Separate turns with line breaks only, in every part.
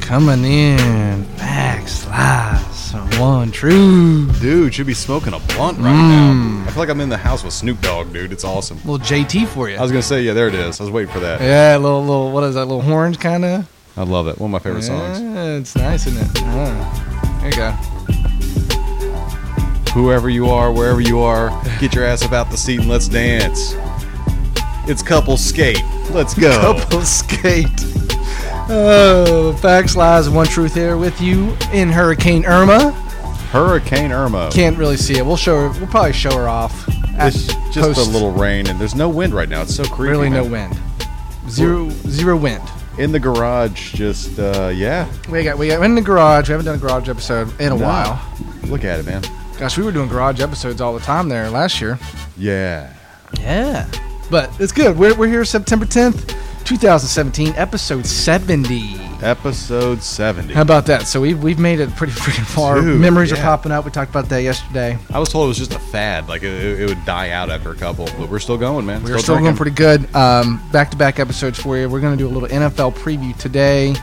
coming in. Back slice of one true.
Dude, should be smoking a blunt right now.
Mm.
I feel like I'm in the house with Snoop Dogg, dude. It's awesome.
Little JT for you.
I was gonna say, yeah, there it is. I was waiting for that.
yeah, little little what is that? Little horns kind of.
I love it. One of my favorite songs.
Yeah, it's nice, isn't it? Yeah. There you go.
Whoever you are, wherever you are, get your ass about the seat and let's dance. It's couple skate. Let's go.
Couple skate. Oh, facts, lies, and one truth here with you in Hurricane Irma.
Hurricane Irma.
Can't really see it. We'll show her. We'll probably show her off. at
It's just
post.
a little rain and there's no wind right now. It's so creepy.
Really no
man.
wind. Zero zero wind.
In the garage, just uh, yeah.
We got we got in the garage. We haven't done a garage episode in a
No.
while.
Look at it, man.
Gosh, we were doing garage episodes all the time there last year.
Yeah.
Yeah. But it's good. We're, we're here September 10th, 2017, episode 70.
Episode 70.
How about that? So we've, we've made it pretty freaking far.
Dude,
Memories are
yeah.
popping up. We talked about that yesterday.
I was told it was just a fad. Like it, it would die out after a couple, but we're still going, man.
We're still going pretty good. Um, back-to-back episodes for you. We're going to do a little NFL preview today.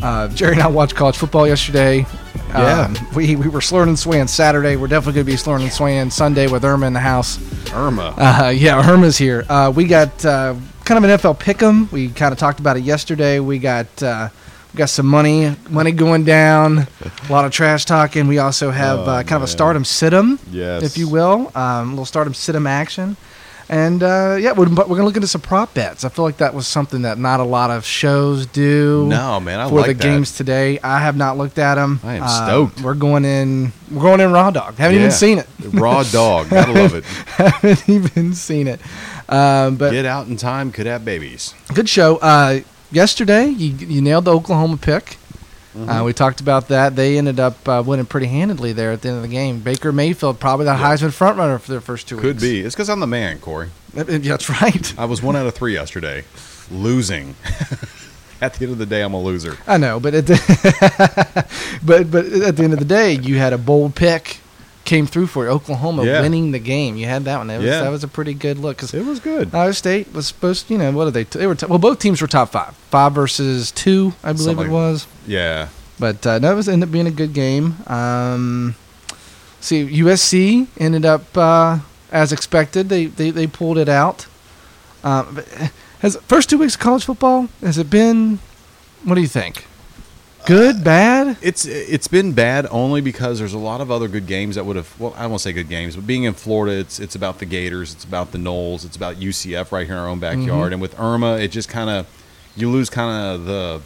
Uh, Jerry and I watched college football yesterday.
Yeah.
Um, we, we were slurring and swaying Saturday. We're definitely going to be slurring and swaying Sunday with Irma in the house.
pretty. Irma.
Uh, yeah, Herma's here. Uh, we got uh, kind of an NFL pick'em. We kind of talked about it yesterday. We got uh, we got some money money going down, a lot of trash talking. We also have
Oh,
uh, kind of a
man.
stardom sitem,
Yes.
if you will, um, a little stardom sitem action. And uh, yeah, we're, but we're gonna look into some prop bets. I feel like that was something that not a lot of shows do.
No, man. I
for
like
the
that.
games today, I have not looked at them.
I am stoked.
We're going in. We're going in raw dog. Haven't
Yeah.
even seen it.
Raw dog. Gotta love it.
haven't even seen it. Um, but
Get out in time. Could have babies.
good show. Uh, yesterday, you, you nailed the Oklahoma pick.
Mm-hmm.
Uh, we talked about that. They ended up uh, winning pretty handedly there at the end of the game. Baker Mayfield, probably the Heisman frontrunner for their first two
Could
weeks.
be. It's because I'm the man, Corey.
Could be. That's right.
I was one out of three yesterday, losing. At the end of the day, I'm a loser.
I know, but at the but but at the end of the day, you had a bold pick came through for you. Oklahoma
Yeah.
winning the game. You had that one. That was,
Yeah.
that was a pretty good look 'cause
It was good.
Ohio State was supposed, you know, what are they? They were t- well, both teams were top five, five versus two, I believe
Something
it
like-
was.
Yeah.
But uh, no, it was ended up being a good game. Um, see, USC ended up uh, as expected. They they, they pulled it out. Um, but, eh, has first two weeks of college football has it been? What do you think? Good, bad?
It's it's been bad only because there's a lot of other good games that would have well I don't want to say good games but being in Florida it's it's about the Gators it's about the Knolls it's about UCF right here in our own backyard
Mm-hmm.
and with Irma it just kind of you lose kind of the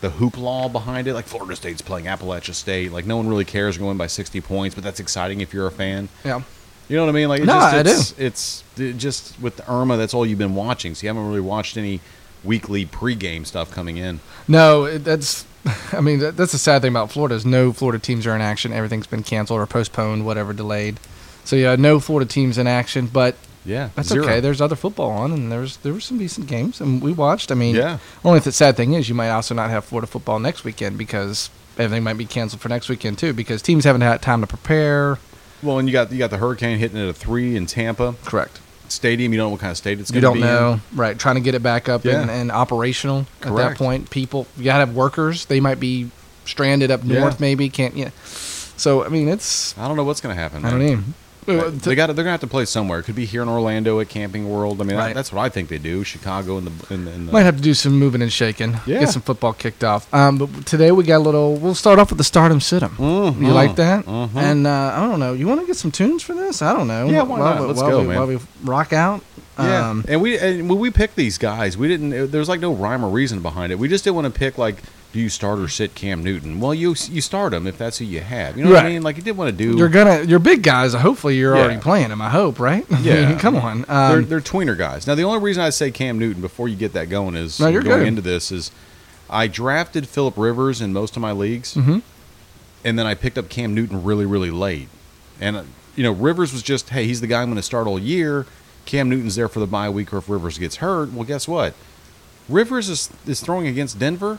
the hoopla behind it like Florida State's playing Appalachia State like no one really cares you're going by 60 points but that's exciting if you're a fan
Yeah.
you know what I mean like it
No,
just,
I
it's, it's it just with Irma that's all you've been watching so you haven't really watched any weekly pregame stuff coming in
No, it- that's. I mean, that, that's the sad thing about Florida is no Florida teams are in action. Everything's been canceled or postponed, whatever, delayed. So yeah, no Florida teams in action, but
yeah
that's
zero.
okay. There's other football on, and there's there were some decent games, and we watched. I mean,
Yeah.
Only the sad thing is you might also not have Florida football next weekend because everything might be canceled for next weekend too because teams haven't had time to prepare.
Well, and you got you got the hurricane hitting at a three in Tampa
Correct.
stadium. You don't know what kind of state it's
You
going to
don't
be.
know, right? Trying to get it back up
Yeah.
and, and operational at that
Correct.
point. People, you gotta have workers. They might be stranded up north.
Yeah.
Maybe can't. Yeah. So I mean, it's
In. I don't know what's going to happen.
I don't
man.
even. Uh,
They- They got. They're going to have to play somewhere. It could be here in Orlando at Camping World. I mean,
Right.
that's what I think they do. Chicago in the in the. In the
Might have to do some moving and shaking.
Yeah.
Get some football kicked off. Um, but today we got a little. We'll start off with the Stardom Situm.
Mhm.
You like that?
Mhm.
And uh, I don't know. You want to get some tunes for this? I don't know.
Yeah, why
While
not?
we-
Let's
while
go,
we,
man.
While we rock out.
Yeah,
Um,
and we and when we picked these guys, we didn't. it- There's like no rhyme or reason behind it. We just didn't want to pick like, do you start or sit Cam Newton? Well, you you start him if that's who you have. You know what I
Right.
mean? Like you did want to do.
you're gonna. Your big guys. Hopefully, you're
Yeah.
already playing them. I hope, right? I mean,
Yeah.
Come on.
they're,
Um,
they're tweener guys. Now, the only reason I say Cam Newton before you get that going is
No, you're
going
good.
into this is I drafted Philip Rivers in most of my leagues,
Mhm.
and then I picked up Cam Newton really, really late. And uh, you know, Rivers was just, hey, he's the guy I'm going to start all year. Cam Newton's there for the bye week, or if Rivers gets hurt, well, guess what? Rivers is is throwing against Denver,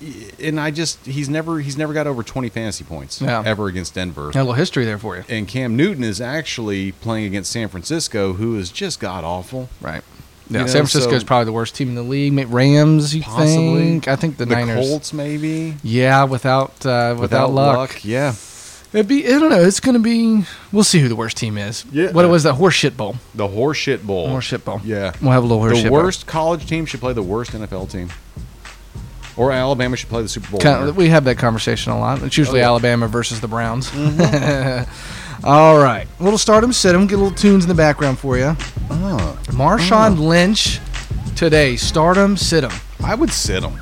y- and I just he's never he's never got over 20 fantasy points
Yeah.
ever against Denver
got a little history there for you.
and Cam Newton is actually playing against San Francisco, who is just god awful.
Right. Yeah,
You know,
San Francisco is
so-
probably the worst team in the league. Maybe Rams, you
Possibly.
think? I think the, Niners.
Colts maybe
Yeah, without uh, without, luck.
Yeah,
it'd be. I don't know. It's going to be. We'll see who the worst team is.
Yeah.
What it was that horseshit bowl?
the horseshit bowl.
Horseshit bowl.
Yeah,
We'll have a little horseshit.
the
bowl.
worst college team should play the worst NFL team, or Alabama should play the Super Bowl.
Kind
winner.
of- we have that conversation a lot. It's usually
Oh, yeah. Mm-hmm.
Alabama versus the Browns. All right, little stardom, sit 'em. Get little tunes in the background for you.
Ah,
Marshawn Lynch today. Stardom, sit 'em.
I would sit them.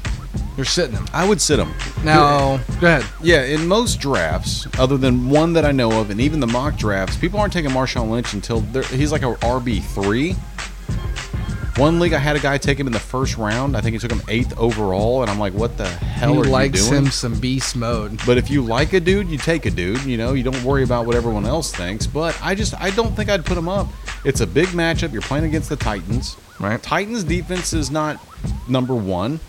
You're sitting him.
I would sit them.
Now, go ahead.
Yeah, in most drafts, other than one that I know of, and even the mock drafts, people aren't taking Marshawn Lynch until they're- he's like a RB three. One league, I had a guy take him in the first round. I think he took him eighth overall, and I'm like, what the hell
he
are
likes
you doing?
him some beast mode.
But if you like a dude, you take a dude. You know, you don't worry about what everyone else thinks. But I just, I don't think I'd put him up. It's a big matchup. You're playing against the Titans.
Right.
Titans defense is not number one,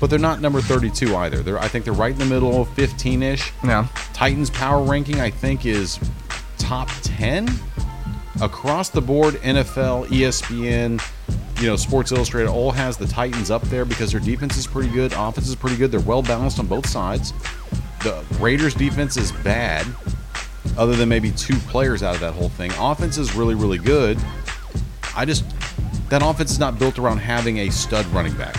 but they're not number 32 either. They're, I think they're right in the middle, 15 ish.
Yeah.
Titans power ranking, I think, is top 10 across the board. NFL, ESPN, you know, Sports Illustrated all has the Titans up there because their defense is pretty good, offense is pretty good. They're well balanced on both sides. The Raiders' defense is bad, other than maybe two players out of that whole thing. Offense is really, really good. I just, that offense is not built around having a stud running back.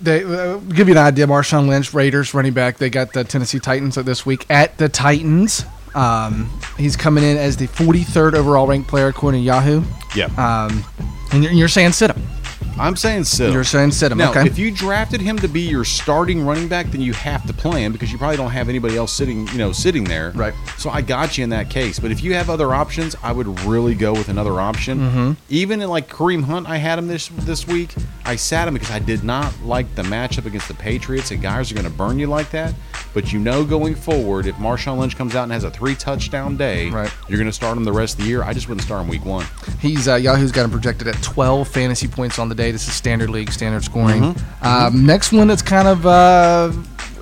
They uh, give you an idea. Marshawn Lynch, Raiders running back. They got the Tennessee Titans this week at the Titans. Um, he's coming in as the 43rd overall ranked player according to Yahoo.
Yeah.
Um, and you're, you're saying sit him.
I'm saying sit.
You're saying sit him.
Now,
okay.
if you drafted him to be your starting running back, then you have to play him because you probably don't have anybody else sitting, you know, sitting there.
Right.
So I got you in that case. But if you have other options, I would really go with another option. Mm-hmm. Even in like Kareem Hunt, I had him this this week. I sat him because I did not like the matchup against the Patriots, and guys are going to burn you like that. But you know, going forward, if Marshawn Lynch comes out and has a three touchdown day,
Right.
you're going to start him the rest of the year. I just wouldn't start him week one.
He's uh, Yahoo's got him projected at 12 fantasy points on the day. This is standard league, standard scoring.
Mm-hmm.
Um, next one that's kind of uh,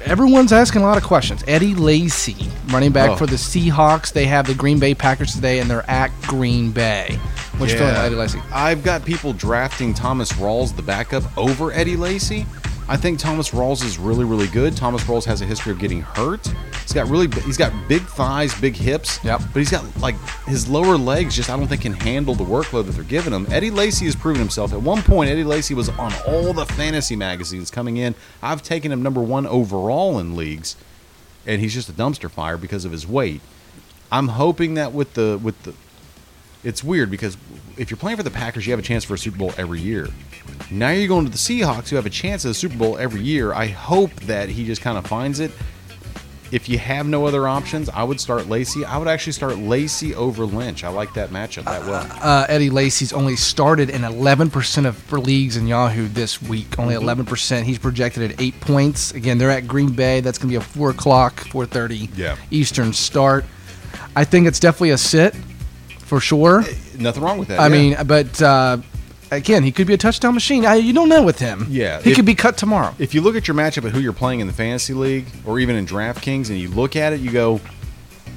everyone's asking a lot of questions. Eddie Lacy, running back
Oh.
for the Seahawks. They have the Green Bay Packers today, and they're at Green Bay. Which feeling about Eddie Lacy?
I've got people drafting Thomas Rawls, the backup, over Eddie Lacy. I think Thomas Rawls is really, really good. Thomas Rawls has a history of getting hurt. He's got really, he's got big thighs, big hips.
Yep.
But he's got like his lower legs just I don't think can handle the workload that they're giving him. Eddie Lacy has proven himself. At one point, Eddie Lacy was on all the fantasy magazines coming in. I've taken him number one overall in leagues, and he's just a dumpster fire because of his weight. I'm hoping that with the with the it's weird because if you're playing for the Packers, you have a chance for a Super Bowl every year. Now you're going to the Seahawks, who have a chance at a Super Bowl every year. I hope that he just kind of finds it. If you have no other options, I would start Lacey. I would actually start Lacey over Lynch. I like that matchup that well.
Uh, Eddie Lacy's only started in 11% of for leagues in Yahoo this week.
Mm-hmm.
Only 11%. He's projected at eight points. Again, they're at Green Bay. That's going to be a four o'clock, 4:30
Yeah.
Eastern start. I think it's definitely a sit for sure.
Nothing wrong with that.
I
Uh, yeah.
mean, but uh, again, he could be a touchdown machine. I, you don't know with him.
Yeah,
he
if-
could be cut tomorrow.
if you look at your matchup at who you're playing in the fantasy league or even in DraftKings and you look at it, you go,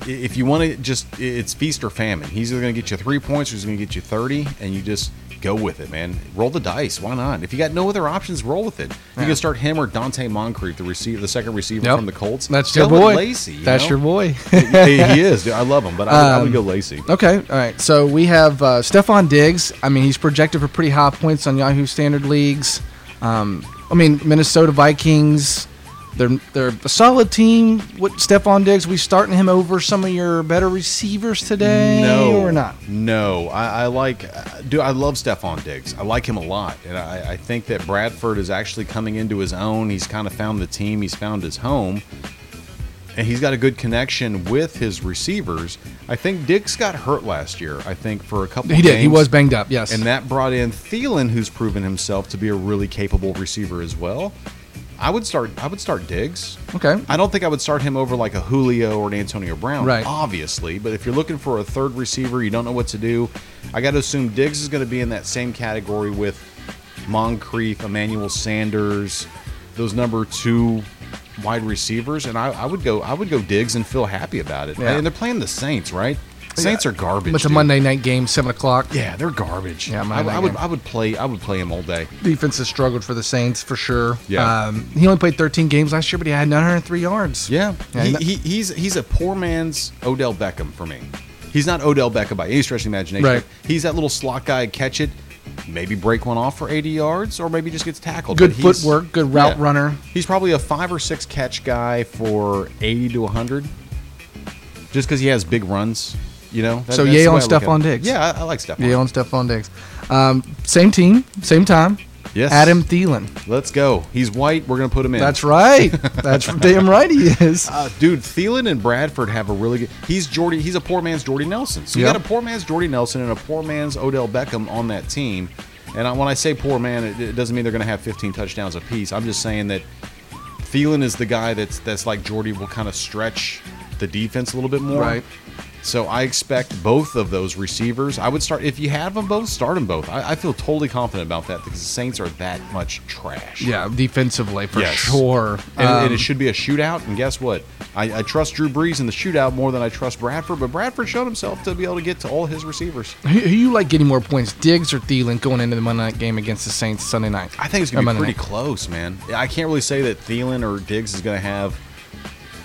i- if you want to just, i- it's feast or famine. He's either going to get you three points or he's going to get you 30, and you just go with it, man. Roll the dice. Why not? If you got no other options, roll with it. You
Yeah.
can start him or Dante Moncrief, the receiver, the second receiver
Yep.
from the Colts.
That's
Go
your
with
boy.
Lacy, you
That's
know?
your Um, boy.
he, he is. Dude. I love him, but I, would I would go Lacy.
Okay, all right. So we have uh, Stefan Diggs. I mean, he's projected for pretty high points on Yahoo Standard leagues. Um, I mean, Minnesota Vikings. They're they're a solid team with Stephon Diggs. We starting him over some of your better receivers today,
No,
or not?
No, I, I like, uh, dude, I love Stephon Diggs. I like him a lot, and I, I think that Bradford is actually coming into his own. He's kind of found the team. He's found his home, and he's got a good connection with his receivers. I think Diggs got hurt last year. I think for a couple.
He did. He
games.
was banged up. Yes.
And that brought in Thielen, who's proven himself to be a really capable receiver as well. I would start. I would start Diggs.
okay.
I don't think I would start him over like a Julio or an Antonio Brown,
Right.
obviously. But if you're looking for a third receiver, you don't know what to do. I got to assume Diggs is going to be in that same category with Moncrief, Emmanuel Sanders, those number two wide receivers, and I, I would go. I would go Diggs and feel happy about it.
Yeah.
And they're playing the Saints, right? Saints are garbage.
But it's a
dude.
Monday night game, seven o'clock.
Yeah, they're garbage.
Yeah,
I,
Monday
I
night
would.
game.
I would play. I would play him all day.
defense has struggled for the Saints for sure.
Yeah.
Um, he only played 13 games last year, but he had 903 yards.
Yeah,
Yeah,
he,
and that-
he, he's he's a poor man's Odell Beckham for me. He's not Odell Beckham by any stretch of the imagination.
Right.
He's that little slot guy, catch it, maybe break one off for 80 yards, or maybe just gets tackled.
Good
But he's-
footwork, good route runner.
He's probably a five or six catch guy for 80 to 100, just because he has big runs. You know. That-
So
that's
Yale
the way
and
I look at
Stephon
it.
Diggs.
Yeah, I, I like Stephon.
Yeah, on Stephon Diggs. Um, same team, same time.
Yes.
Adam Thielen.
Let's go. He's white. We're gonna put him in.
That's right. That's damn right he is.
Uh, dude, Thielen and Bradford have a really good. He's Jordy. He's a poor man's Jordy Nelson. So you
Yeah.
got a poor man's Jordy Nelson and a poor man's Odell Beckham on that team. And I, when I say poor man, it, it doesn't mean they're going to have 15 touchdowns apiece. I'm just saying that Thielen is the guy that's that's like Jordy will kind of stretch the defense a little bit more.
Right.
So I expect both of those receivers. I would start if you have them both, start them both. I, I feel totally confident about that because the Saints are that much trash.
Yeah, defensively for
Yes.
sure.
And, and
Um,
it should be a shootout. And guess what? I, I trust Drew Brees in the shootout more than I trust Bradford. But Bradford showed himself to be able to get to all his receivers.
who, who you like getting more points, Diggs or Thielen, going into the Monday night game against the Saints Sunday night?
I think it's
Or
going to be
Monday
pretty
night.
close, man. I can't really say that Thielen or Diggs is going to have.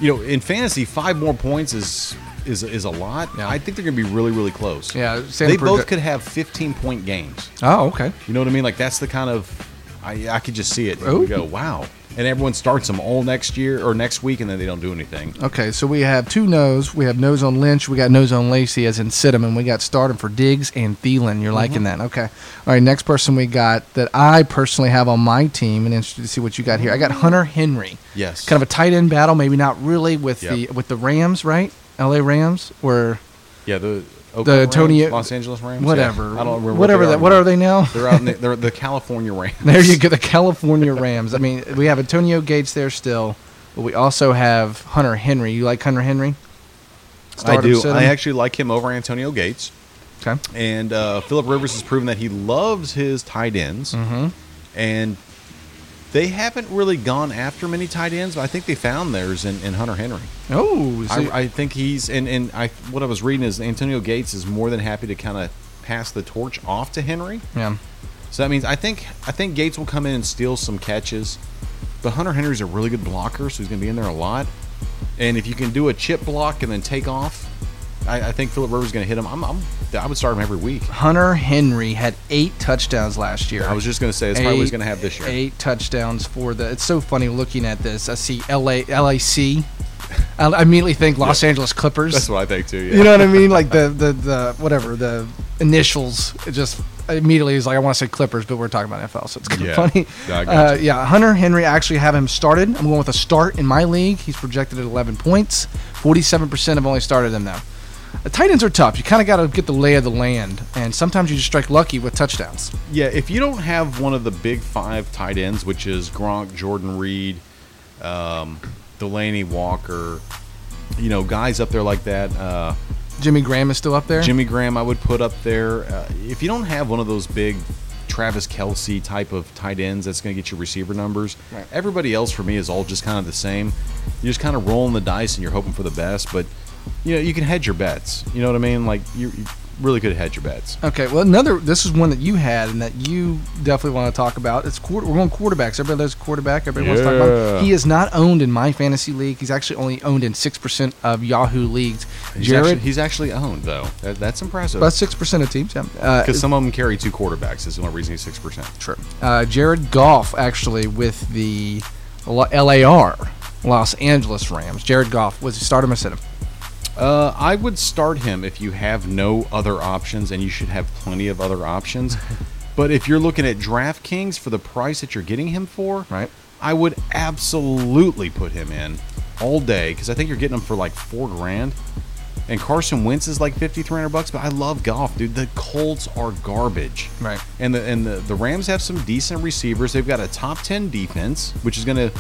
You know, in fantasy, five more points is is is a lot.
Yeah.
I think they're going to be really really close.
Yeah,
they
Sanford-
both could have 15 point games.
Oh, okay.
You know what I mean? Like that's the kind of I, I could just see it.
Oh.
We go wow, and everyone starts them all next year or next week, and then they don't do anything.
Okay, so we have two no's. We have nose on Lynch. We got nose on Lacey as in Sidham, and we got stardom for Diggs and Thielen. You're liking
Mm-hmm.
that. Okay. All right, next person we got that I personally have on my team and interested to see what you got here. I got Hunter Henry.
Yes.
Kind of a tight end battle, maybe not really with the
Yep.
with the Rams, right? LA Rams or
Yeah, the
The
Oakland
Tony-
Rams, Los Angeles Rams, Yeah.
whatever.
I don't remember what
Whatever
they
that what are they now?
They're out. In the, they're the California Rams.
There you go, the California Rams. I mean, we have Antonio Gates there still, but we also have Hunter Henry. You like Hunter Henry?
I
Start him,
do.
sit
I
him?
actually like him over Antonio Gates,
Okay.
and uh, Philip Rivers has proven that he loves his tight ends,
Mm-hmm.
and they haven't really gone after many tight ends. But I think they found theirs in, in Hunter Henry.
Oh, so
I, I think he's and and I what I was reading is Antonio Gates is more than happy to kind of pass the torch off to Henry.
yeah.
So that means I think I think Gates will come in and steal some catches, but Hunter Henry's a really good blocker, so he's going to be in there a lot. And if you can do a chip block and then take off, I, I think Philip Rivers is going to hit him. I'm, I'm I would start him every week.
Hunter Henry had eight touchdowns last year.
I was just going to say that's probably what he's
Eight-
going to have this year.
Eight touchdowns for the. It's so funny looking at this. I see LA LAC. I I immediately think Los Angeles Clippers.
That's what I think too. Yeah.
You know what I mean? Like the the the whatever the initials. It just immediately is like I want to say Clippers, but we're talking about NFL, so it's kind of
Yeah.
funny.
Yeah, I
uh,
gotcha.
yeah, Hunter Henry. I actually have him started. I'm going with a start in my league. He's projected at 11 points. 47 percent have only started him though. The tight ends are tough. You kind of got to get the lay of the land, and sometimes you just strike lucky with touchdowns.
Yeah, if you don't have one of the big five tight ends, which is Gronk, Jordan Reed, um, Delaney Walker, you know guys up there like that. Uh,
Jimmy Graham is still up there.
Jimmy Graham, I would put up there. Uh, if you don't have one of those big Travis Kelsey type of tight ends that's going to get you receiver numbers,
Right.
everybody else for me is all just kind of the same. You're just kind of rolling the dice and you're hoping for the best, but you know you can hedge your bets. You know what I mean? Like you, you really could hedge your bets.
Okay, well, another. This is one that you had, and that you definitely want to talk about. It's quarter, we're going quarterbacks. Everybody loves quarterback. Everybody wants to talk about. Him.
Yeah.
He is not owned in my fantasy league. He's actually only owned in six percent of Yahoo leagues.
He's
Jared,
actually, he's actually owned though. That, that's impressive.
about six percent of teams. Yeah. Uh,
because some of them carry two quarterbacks. Is the only reason he's six percent. True.
uh, Jared Goff actually with the L- LAR, Los Angeles Rams. Jared Goff was start him or sit him.
Uh, I would start him if you have no other options, and you should have plenty of other options. but if you're looking at DraftKings for the price that you're getting him for,
Right.
I would absolutely put him in all day because I think you're getting him for like four grand. And Carson Wentz is like fifty three hundred bucks, but I love golf, dude. The Colts are garbage.
Right.
And the and the, the Rams have some decent receivers. They've got a top ten defense, which is gonna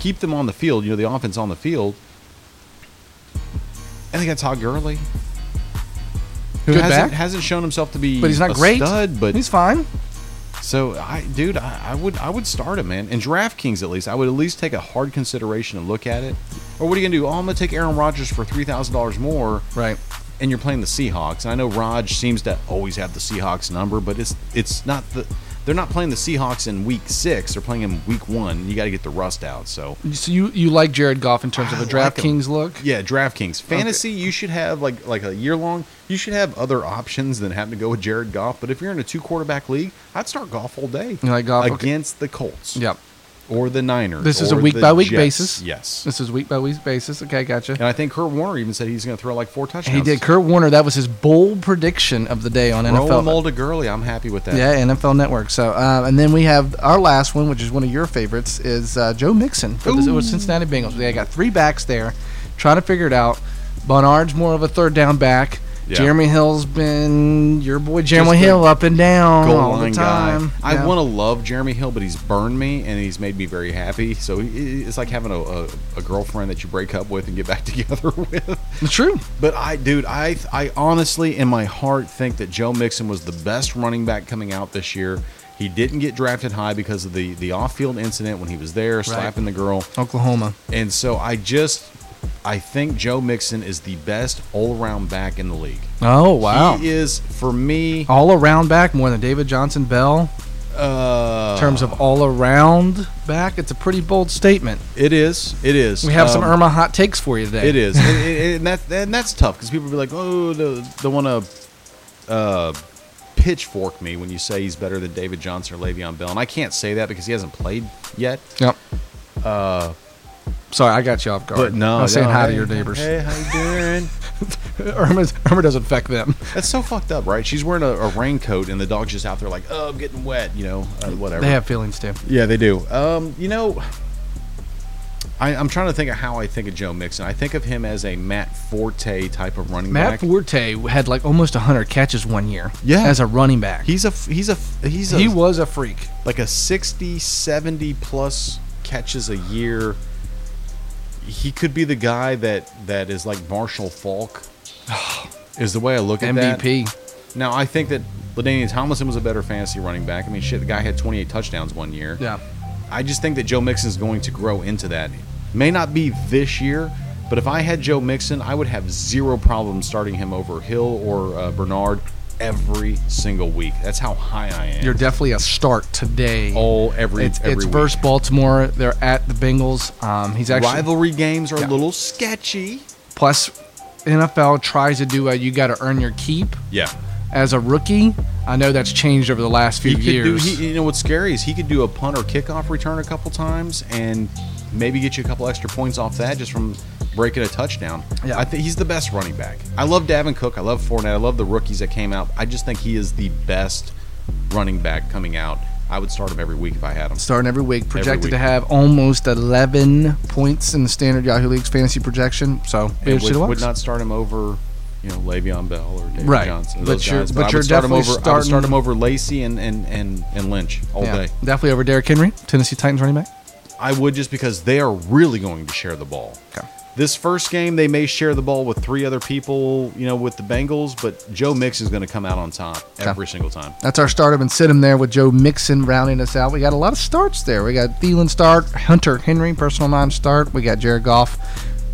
keep them on the field, you know, the offense on the field. And they got Todd Gurley. Who
Good
hasn't,
back.
hasn't shown himself to be
But he's not
a
great.
stud, but
he's fine.
so I, dude, I, I would I would start him, man. In DraftKings, at least, I would at least take a hard consideration and look at it. Or what are you gonna do? Oh, I'm gonna take Aaron Rodgers for three thousand dollars more.
Right.
and you're playing the Seahawks. And I know Raj seems to always have the Seahawks number, but it's it's not the they're not playing the Seahawks in week six. They're playing them week one. You got to get the rust out. So
So you you like Jared Goff in terms of a
I like him.
DraftKings look?
yeah, DraftKings fantasy. You should have like like a year long. You should have other options than having to go with Jared Goff. But if you're in a two quarterback league, I'd start golf all day.
You like Goff? Okay.
against the Colts.
Yep.
Or the Niners.
This is a
or
week
the
by week
Jets.
basis?
Yes.
This is week by week basis. Okay, gotcha.
And I think Kurt Warner even said he's going to throw like four touchdowns.
He did. Kurt Warner, that was his bold prediction of the day on
Throw
NFL.
them all to Gurley. I'm happy with that.
Yeah, NFL Network. So, um, and then we have our last one, which is one of your favorites, is uh, Joe Mixon for the with Cincinnati Bengals. They got three backs there, trying to figure it out. Bonnard's more of a third down back.
Yeah.
Jeremy Hill's been your boy
the
Jeremy Hill up and down
Goal
all
line
the time.
guy. I
Yeah.
want to love Jeremy Hill, but he's burned me and he's made me very happy. So he- it's like having a, a, a girlfriend that you break up with and get back together with.
It's true.
But I, dude, I, I honestly, in my heart, think that Joe Mixon was the best running back coming out this year. He didn't get drafted high because of the the off field incident when he was there slapping the girl.
Oklahoma.
And so I just I think Joe Mixon is the best all around back in the league.
Oh wow.
He is for me
all around back more than David Johnson Bell
uh
in terms of all around back. It's a pretty bold statement.
it is. It is.
We have some
Um,
Irma hot takes for you today.
It is. and, and- and that's and that's tough because people be like, "Oh, the the one uh, uh pitchfork me when you say he's better than David Johnson or Le'Veon Bell." And I can't say that because he hasn't played yet.
Yep. Uh, Sorry, I got you off guard.
But no,
I was saying
no,
hi
hey,
to your neighbors.
Hey, how you doing?
Irma's, Irma doesn't affect them.
That's so fucked up, right? She's wearing a, a raincoat and the dog's just out there like, "Oh, I'm getting wet," you know, uh, whatever.
They have feelings too.
Yeah, they do. Um, you know, I, I'm trying to think of how I think of Joe Mixon. I think of him as a Matt Forte type of running
Matt
back.
Forte had like almost 100 catches one year.
Yeah.
As a running back.
he's a he's a he's a
he was a freak.
like a 60, 70 plus catches a year. He could be the guy that that is like Marshall Falk. Is the way I look at that.
MVP.
Now I think that Ladainian Tomlinson was a better fantasy running back. I mean, shit, the guy had 28 touchdowns one year.
Yeah.
I just think that Joe Mixon is going to grow into that. May not be this year, but if I had Joe Mixon, I would have zero problem starting him over Hill or uh, Bernard every single week. That's how high I am.
You're definitely a start today.
all Oh, every
it's
every
it's
week.
versus Baltimore. They're at the Bengals. Um, he's actually
rivalry games are
Yeah.
a little sketchy.
plus NFL tries to do a you got to earn your keep
Yeah.
as a rookie. I know that's changed over the last few
He could do.
years.
He, you know what's scary is he could do a punt or kickoff return a couple times and maybe get you a couple extra points off that just from breaking a touchdown.
Yeah.
I think he's the best running back. I love Davin Cook. I love Fournette. I love the rookies that came out. I just think he is the best running back coming out. I would start him every week if I had him.
starting every week, projected
week.
to have almost 11 points in the standard Yahoo League's fantasy projection. So, be
And
interested
would,
to watch.
would not start him over, you know, Le'Veon Bell or David
Right.
Johnson. or
But
those
you're-
guys.
but
I
you're
would start him
definitely
over. I would start
starting-
him over Lacey and and and, and Lynch all
Yeah,
day.
definitely over Derrick Henry, Tennessee Titans running back.
I would just because they are really going to share the ball.
Okay.
This first game, they may share the ball with three other people, you know, with the Bengals, but Joe Mixon's going to come out on top every single time.
That's our start up and sit him there with Joe Mixon rounding us out. We got a lot of starts there. We got Thielen start, Hunter Henry personal nine start. We got Jared Goff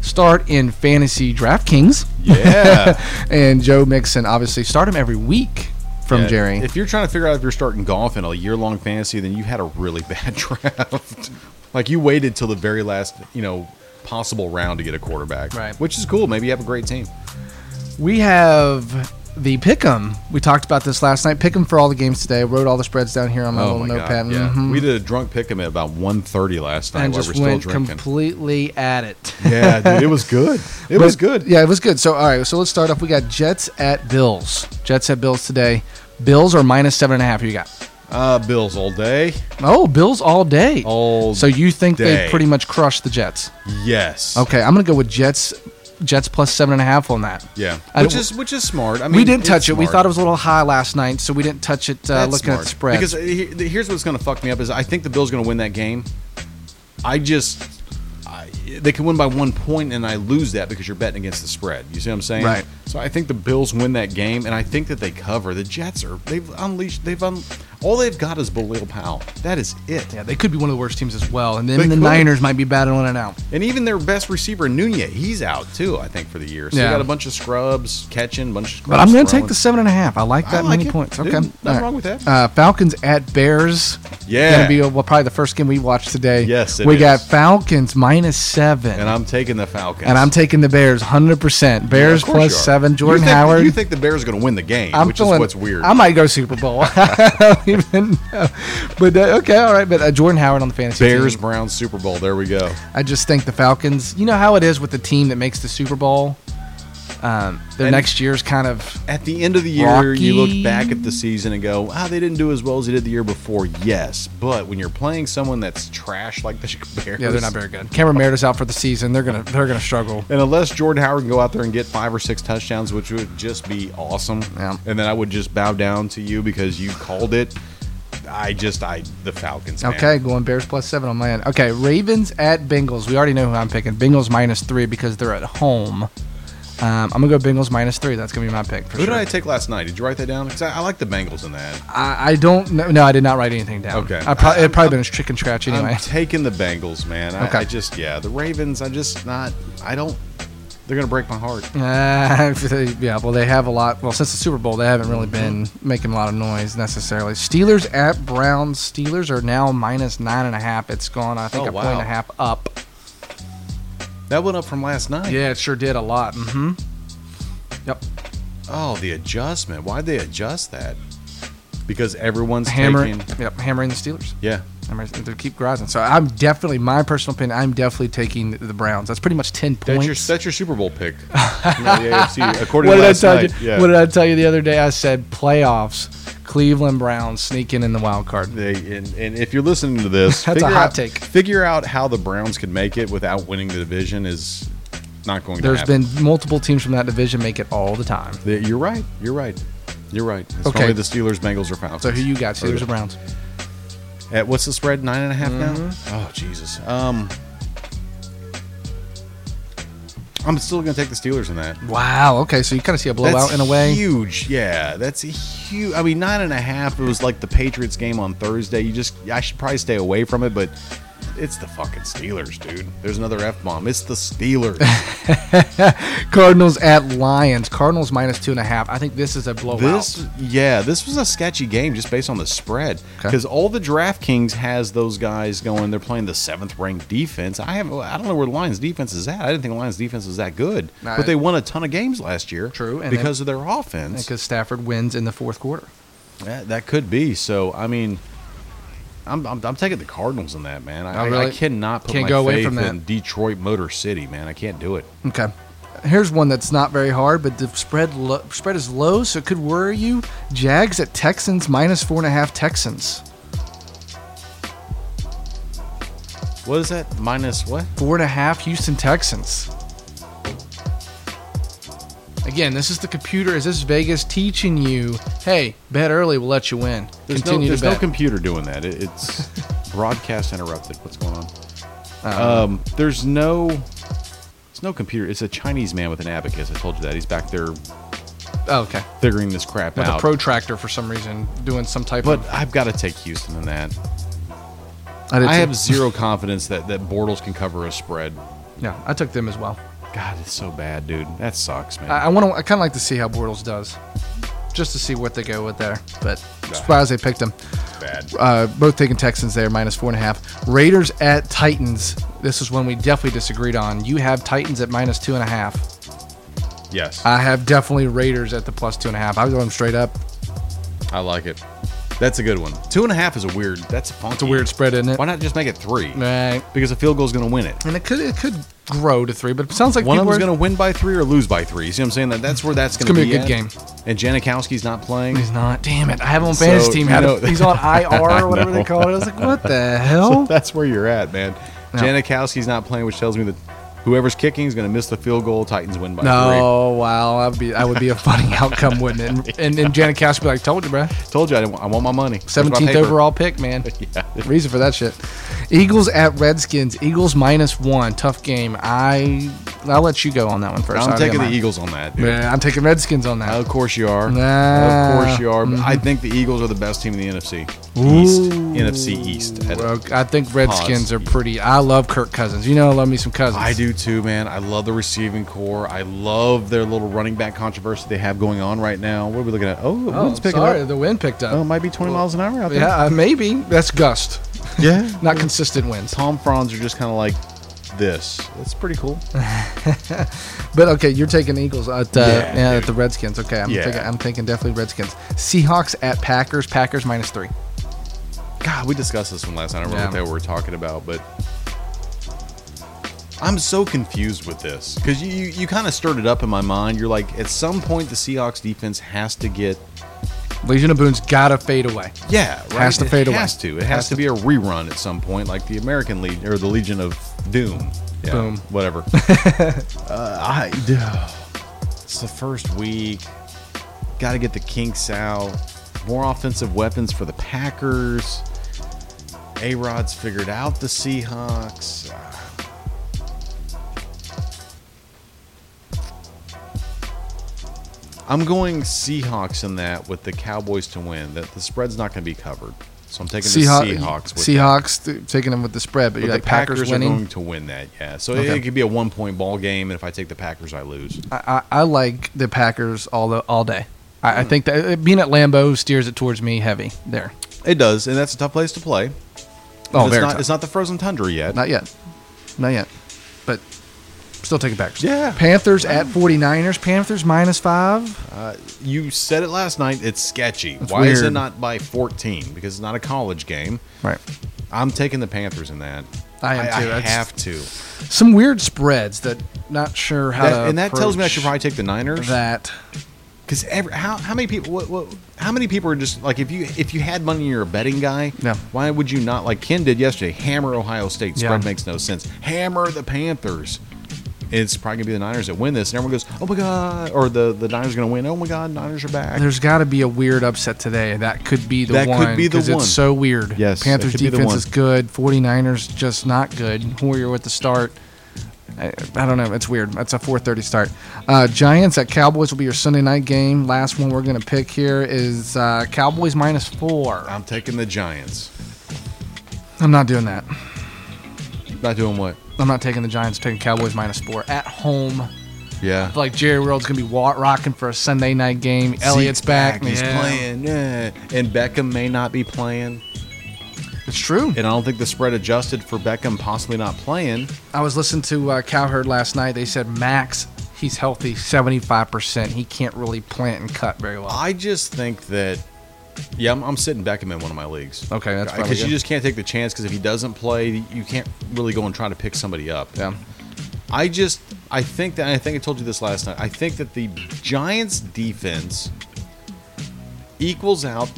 start in fantasy DraftKings,
Yeah.
and Joe Mixon obviously start him every week from
Yeah.
Jerry.
If you're trying to figure out if you're starting golf in a year long fantasy, then you had a really bad draft. like you waited till the very last, you know, possible round to get a quarterback.
Right.
Which is cool. Maybe you have a great team.
We have the pick'em. We talked about this last night. Pick'em for all the games today. I wrote all the spreads down here on my little notepad.
Oh Yeah.
Mhm.
We did a drunk pick 'em at about 1.30 last night
and
while
just
we're still
went
drinking.
completely at it.
yeah, dude, it was good. It was good.
Yeah, it was good. So all right, so let's start off. We got Jets at Bills. Jets at Bills today. Bills are minus seven and a half. Who you got?
Uh, Bills all day.
Oh, Bills all day.
All
so you think they
day.
pretty much crushed the Jets?
Yes.
Okay, I'm gonna go with Jets. Jets plus seven and a half on that.
Yeah.
I
Which
don't-
is which is smart. I mean,
we didn't
it's
touch it. We
smart.
thought it was a little high last night, so we didn't touch it. Uh,
That's
looking at
smart.
the spread,
Because uh, he- the- here's what's going to fuck me up is I think the Bills going to win that game. I just I, they can win by one point and I lose that because you're betting against the spread. You see what I'm saying?
Right.
So I think the Bills win that game and I think that they cover. The Jets are they've unleashed they've un, All they've got is Balil Powell. That is it.
Yeah, they could be one of the worst teams as well, and then
They
the
could.
Niners might be battling it out.
And even their best receiver, Nunez, he's out too, I think, for the year. So
Yeah.
they got a bunch of scrubs catching, bunch of scrubs.
But I'm going to
throwing.
take the seven and a half. I like
I
that
like
many
it.
points.
Dude,
Okay,
nothing
All right.
wrong with that.
Uh, Falcons at Bears.
Yeah.
gonna be uh, well, probably the first game we watch today.
Yes, it
we got
is.
Falcons minus seven,
And I'm taking the Falcons.
And I'm taking the Bears 100. percent
Yeah, of
Bears
course
plus
you are.
seven. Jordan
you think,
Howard.
You think the Bears are going to win the game,
I'm
which
feeling,
is what's weird.
I might go Super Bowl. I don't even know. But uh, okay, all right. But uh, Jordan Howard on the fantasy
Bears
team.
Browns Super Bowl. There we go.
I just think the Falcons. You know how it is with the team that makes the Super Bowl. Um, their
And-
next year's kind of
At the end of the year, you
Rocky.
look back at the season and go, "Ah, they didn't do as well as they did the year before." Yes, but when you're playing someone that's trash like the Bears,
yeah, they're not very good. Cameron Meredith's out for the season. They're gonna they're gonna struggle.
And unless Jordan Howard can go out there and get five or six touchdowns, which would just be awesome,
Yeah.
and then I would just bow down to you because you called it. I just, I the Falcons. man.
Okay, going Bears plus seven on my end. Okay, Ravens at Bengals. We already know who I'm picking. Bengals minus three because they're at home. Um, I'm gonna go Bengals minus three. That's gonna be my pick for
Who
sure.
did I take last night? Did you write that down? Because I, I like the Bengals in that.
I, I don't know. No, I did not write anything down.
Okay.
I pro-
I-
it probably been a chicken scratch anyway.
I'm taking the Bengals, man. I,
Okay.
I just, yeah, the Ravens. I'm just not. I don't. They're gonna break my heart.
Uh, yeah, well, they have a lot. Well, since the Super Bowl, they haven't really been making a lot of noise necessarily. Steelers at Browns. Steelers are now minus nine and a half. It's gone, I think,
Oh,
a
wow.
point and a half up.
That went up from last night.
Yeah, it sure did a lot. Mm-hmm. Yep.
Oh, the adjustment. Why'd they adjust that? Because everyone's
Hammering.
taking.
Yep. Hammering the Steelers.
Yeah.
I mean, they keep rising. So I'm definitely, my personal opinion, I'm definitely taking the Browns. That's pretty much ten
That's
points.
your, that's your Super Bowl pick. You know, the AFC, according
what
to
did I
last
tell
night.
you?
Yeah.
What did I tell you the other day? I said playoffs, Cleveland Browns sneaking in the wild card.
They, and, and if you're listening to this,
That's a
figure
hot
out-
take.
Figure out how the Browns could make it without winning the division is not going
There's
to happen.
been multiple teams from that division make it all the time.
There's been. You're right. You're right. You're right. It's
Okay.
okay. probably the Steelers, Bengals, or Falcons.
So who you got?
Or the-
Steelers or Browns?
At what's the spread? Nine and a half
Mm-hmm.
now. Oh Jesus. Um, I'm still gonna take the Steelers in that.
Wow. Okay. So you kind of see a blowout
That's
in a way.
Huge. Yeah, that's a huge. I mean, nine and a half. It was like the Patriots game on Thursday. You just, I should probably stay away from it, but it's the fucking Steelers, dude. There's another f bomb. It's the Steelers.
Cardinals at Lions. Cardinals minus two and a half. I think this is a blowout.
this, yeah, this was a sketchy game just based on the spread
Okay.
because all the DraftKings has those guys going. They're playing the seventh ranked defense. I have, I don't know where the Lions defense is at. I didn't think the Lions defense was that good,
No,
but
I-
they won a ton of games last year.
True, and they-
because of their offense.
because Stafford wins in the fourth quarter.
Yeah, that could be. So I mean, I'm I'm, I'm taking the Cardinals in that man. I,
Oh,
I-
really?
I cannot put
Can't
my
go
faith
away from
in
that.
Detroit Motor City, man. I can't do it.
Okay. Here's one that's not very hard, but the spread lo- spread is low, so it could worry you. Jags at Texans minus four and a half. Texans
What is that? Minus what?
four and a half. Houston Texans. Again, this is the computer. Is this Vegas teaching you? Hey, bet early. We'll let you win.
There's
Continue
no there's
to
no
bet.
computer doing that. It, it's broadcast interrupted. What's going on?
Uh-huh.
Um, there's no there's no computer. It's a Chinese man with an abacus. I told you that. He's back there
oh, okay.
figuring this crap
With a
out.
protractor for some reason, doing some type
but
of.
I've got to take Houston in that.
I, did
I
too.
have zero confidence that, that Bortles can cover a spread.
Yeah, I took them as well.
God, it's so bad, dude. That sucks, man.
I, I want to. I kind of like to see how Bortles does, just to see what they go with there. But surprised they picked him.
bad.
Uh, both taking Texans there, minus four and a half. Raiders at Titans. This is one we definitely disagreed on. You have Titans at minus two and a half.
Yes, I,
I have definitely Raiders at the plus two and a half. I was going straight up.
like it. That's a good one. Two and a half is a weird. That's funky.
It's a weird spread, isn't it?
Why not just make it three?
Right.
Because a field goal is going to win it.
And it could it could grow to three, but it sounds like
One of
people
them's
are-
going to win by three or lose by three. You see what I'm saying? That that's where that's going to
gonna
be,
be a good
at. And Janikowski's not playing.
He's not. Damn it! I have him on fantasy
So,
team.
you
Had
know-
him- he's on IR or whatever they
know.
call it. I was like, what the hell?
That's where you're at, man.
No.
Janikowski's not playing, which tells me that whoever's kicking is going to miss the field goal. Titans win by
No, wow, that'd be that would be a funny outcome, wouldn't it? And and, and Janet Cash would be like, "Told you, bruh.
three. Told you I, didn't, I want my money. Where's my
seventeenth
paper?
overall pick, man." Reason for that shit. Eagles at Redskins. Eagles minus one. Tough game. I I'll let you go on that one first.
i I'm
I'll get
taking the
mine.
Eagles on that. Dude.
Yeah, I'm taking Redskins on that.
Of course you are.
Nah.
Of course you are. But
Mhm.
I think the Eagles are the best team in the NFC East.
Ooh.
NFC East. At-
Well, I think Redskins
Pause.
are pretty. I love Kirk Cousins. You know, I love me some Cousins.
I do too, man. I love the receiving core. I love their little running back controversy they have going on right now. What are we looking at? Oh,
Oh,
wind's picking
sorry,
up.
the wind picked
Oh, it
up.
might be 20 miles an hour out there.
yeah, uh, maybe that's gust,
Yeah.
not consistent winds.
Palm fronds are just kind of like this. It's pretty cool.
But okay, you're taking Eagles at uh,
Yeah,
yeah, at
dude.
the Redskins. Okay, I'm
Yeah.
thinking I'm thinking definitely Redskins. Seahawks at Packers. Packers minus three.
God, we discussed this one last night. I don't
Yeah.
remember what they were talking about, but I'm so confused with this because you, you, you kind of stirred it up in my mind. You're like, at some point, the Seahawks defense has to get
Legion of Boone's gotta fade away.
Yeah, right.
Has to
it
fade away.
Has to. It has,
Has
to,
to-
be a rerun at some point, like the American Legion or the Legion of Doom. Yeah,
Boom.
Whatever. uh, I. It's the first week. Got to get the kinks out. More offensive weapons for the Packers. A Rod's figured out the Seahawks. I'm going Seahawks in that with the Cowboys to win. That the spread's not going to be covered, so I'm taking the Seahawks. With that.
Seahawks th- taking them with the spread, but,
But
you're
the
like Packers,
Packers, are
winning.
going to win that. Yeah, so it,
Okay.
it could be a one point ball game, and if I take the Packers, I lose.
I, I, I like the Packers all the, all day. I,
Hmm.
I think that uh, being at Lambeau steers it towards me heavy there.
It does, and that's a tough place to play.
Oh,
it's
very
not,
tough.
It's not the frozen tundra yet.
Not yet. Not yet. But still taking Packers.
Yeah.
Panthers at 49ers. Panthers minus five.
Uh, you said it last night. It's sketchy.
It's
Why is it
weird.
not by 14? Because it's not a college game.
Right.
I'm taking the Panthers in that.
I am too.
I,
That's-
have to.
Some weird spreads that not sure how
That-
to
and that tells me I should
approach
probably take the Niners.
that.
Because how how many people what, what how many people are just like if you if you had money and you're a betting guy,
Yeah.
why would you not like Ken did yesterday? Hammer Ohio State spread
Yeah.
makes no sense. Hammer the Panthers. It's probably gonna be the Niners that win this, and everyone goes, "Oh my god!" or the the Niners are gonna win. Oh my god, Niners are back.
There's got to be a weird upset today. That could be the
That could
one.
be the
'cause
one.
It's so weird.
Yes, that
Panthers
could be the
defense
one.
is good. 49ers just not good. Warrior with the start. I, I don't know. It's weird. That's a 4:30 start. Uh, Giants at Cowboys will be your Sunday night game. Last one we're gonna pick here is uh, Cowboys minus four.
I'm taking the Giants.
I'm not doing that.
Not doing what?
I'm not taking the Giants. Taking Cowboys minus four at home.
Yeah.
Like Jerry World's gonna be wa- rocking for a Sunday night game. Elliott's
Zeke's
back.
He's
Yeah.
playing. Yeah. And Beckham may not be playing.
It's true.
And I don't think the spread adjusted for Beckham possibly not playing.
I was listening to uh, Cowherd last night. They said Max, he's healthy, seventy five percent. He can't really plant and cut very well.
I just think that, yeah, I'm, I'm sitting Beckham in one of my leagues.
Okay, that's probably
Because you
good.
just can't take the chance because if he doesn't play, you can't really go and try to pick somebody up.
Yeah.
I just, I think that, and I think I told you this last night, I think that the Giants defense equals out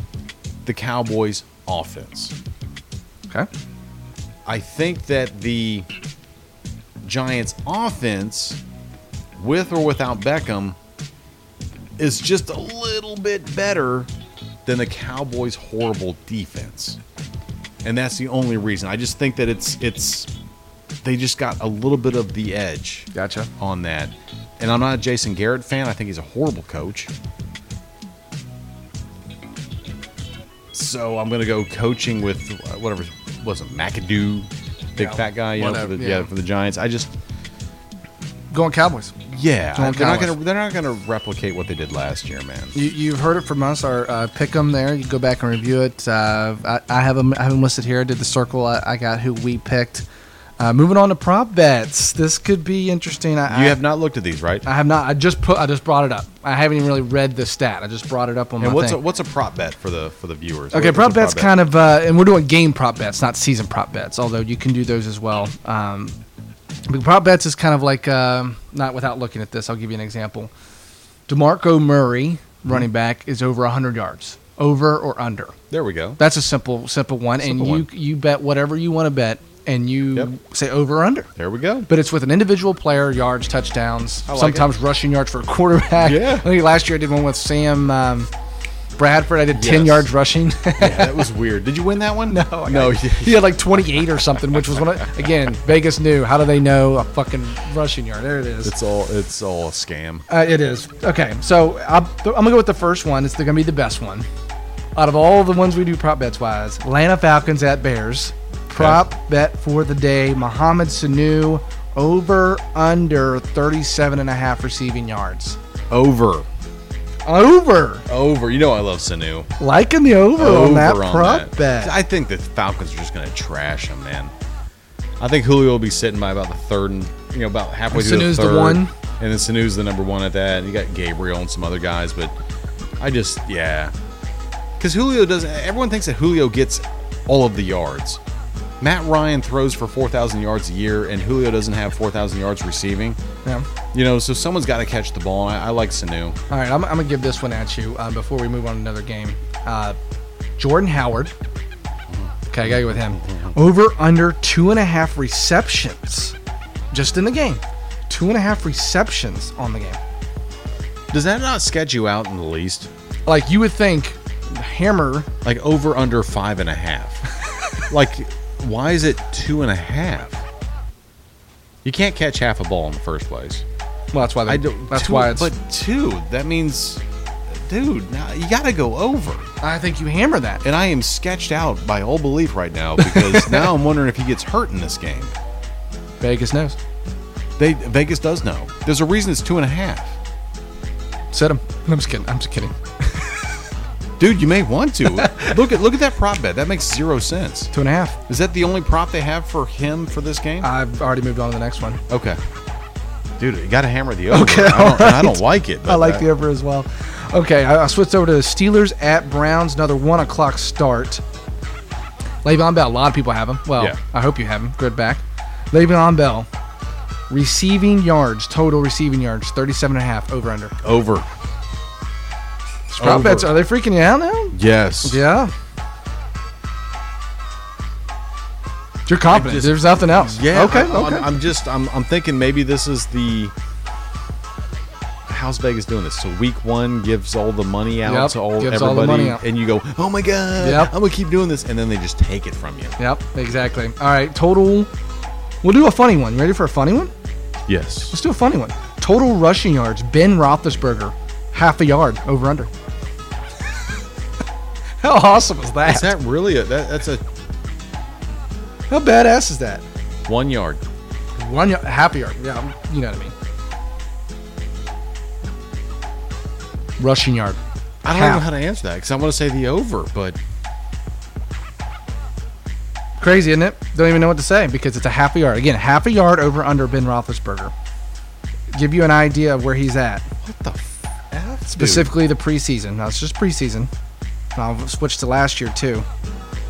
the Cowboys offense.
Okay.
I think that the Giants' offense, with or without Beckham, is just a little bit better than the Cowboys' horrible defense. And that's the only reason. I just think that it's it's they just got a little bit of the edge
Gotcha.
on that. And I'm not a Jason Garrett fan. I think he's a horrible coach. So I'm going to go coaching with uh, whatever wasn't McAdoo, big
Yeah,
fat guy, you know, for the,
whatever,
yeah.
yeah.
for the Giants. I just
Going Cowboys.
yeah,
Don't
they're not
count us.
going to they're not going to replicate what they did last year, man.
You, you've heard it from us. Our uh, pick 'em there. You go back and review it. Uh, I, I have them. I have 'em listed here. I did the circle. I, I got who we picked. Uh, moving on to prop bets. This could be interesting. I,
You
I-
have not looked at these, right?
I have not. I just put. I just brought it up. I haven't even really read the stat. I just brought it up on my.
And what's
thing.
a, what's a prop bet for the for the viewers?
Okay,
What-
prop bets
what's a
kind of, uh, and we're doing game prop bets, not season prop bets. Although you can do those as well. Um, but prop bets is kind of like um not without looking at this. I'll give you an example. Demarco Murray,
Mm-hmm.
running back, is over 100 yards, over or under.
There we go.
That's a simple, simple one,
Simple
and
one.
you you bet whatever you want to bet, and you
Yep.
say over or under.
There we go.
But it's with an individual player, yards, touchdowns,
I like
sometimes rushing yards for a quarterback.
Yeah.
I think last year I did one with Sam. Um, Bradford, I did 10
Yes.
yards rushing.
Yeah, that was weird. Did you win that one? No.
I
no.
got- he had like 28 or something, which was one of, again, Vegas knew. How do they know a fucking rushing yard? There it is.
It's all it's all a scam.
Uh, it is. Okay, so I'll, I'm going to go with the first one. It's going to be the best one. Out of all the ones we do prop bets wise, Atlanta Falcons at Bears. Prop bet for the day Mohamed Sanu over under 37 and a half receiving yards.
Over.
Over.
Over. You know I love Sanu.
Liking the over, on that
Over on
prop
that.
bet.
I think the Falcons are just going to trash him, man. I think Julio will be sitting by about the third and you know about halfway
And
through
Sanu's
the
the
third.
one.
And then Sanu's the number one at that. And you got Gabriel and some other guys, but I just yeah, because Julio does. Everyone thinks that Julio gets all of the yards. Matt Ryan throws for four thousand yards a year, and Julio doesn't have four thousand yards receiving.
yeah.
You know, so someone's got to catch the ball. And I, I like Sanu.
All right, I'm, I'm gonna give this one at you um, before we move on to another game. Uh, Jordan Howard. Okay, I gotta go with him. Over under two and a half receptions, just in the game. Two and a half receptions on the game.
Does that not sketch you out in the least?
Like you would think, Hammer.
like over under five and a half. like, why is it two and a half? You can't catch half a ball in the first place.
Well, that's why. They,
I don't.
that's
two-
why it's.
But two, that means, dude, now you got to go over.
I think you hammer that.
And I am sketched out by all belief right now because now I'm wondering if he gets hurt in this game.
Vegas knows.
They Vegas does know. There's a reason it's two and a half.
Set him. I'm just kidding. I'm just kidding.
Dude, you may want to look at look at that prop bet. That makes zero sense.
Two and a half.
Is that the only prop they have for him for this game?
I've already moved on to the next one.
Okay. Dude, you got to hammer the over.
Okay,
I don't, and I
alright.
don't like it. but uh,
I like
I-
the over as well. Okay, I, I switched over to the Steelers at Browns. Another one o'clock start. Le'Veon Bell. A lot of people have him. Well,
Yeah.
I hope you have him. Good back. Le'Veon Bell. Receiving yards, total receiving yards, 37 and a half, over under.
over.
Prop bets, are they freaking you out now?
Yes.
Yeah. You're confident.
just-
There's nothing else.
Yeah.
Okay.
I,
okay.
I'm, I'm just. I'm, I'm thinking maybe this is the. How's Vegas doing this? So week one gives all the money out
Yep,
to all
gives
everybody,
all the money out.
and you go, "Oh my god,
Yep.
I'm gonna keep doing this," and then they just take it from you.
yep. Exactly. All right. Total. We'll do a funny one. You ready for a funny one?
Yes.
Let's do a funny one. Total rushing yards. Ben Roethlisberger, half a yard over under. How awesome is that?
Is that really a? That, that's a
How badass is that?
one yard.
One yard, half a yard. Yeah, I'm- you know what I mean. Rushing yard.
I don't
Half.
know how to answer that because I want to say the over, but
Crazy, isn't it? Don't even know what to say because it's a half a yard. Again, half a yard over under Ben Roethlisberger. Give you an idea of where he's at.
what the f? dude?
specifically the preseason. Now it's just preseason. And I'll switch to last year too.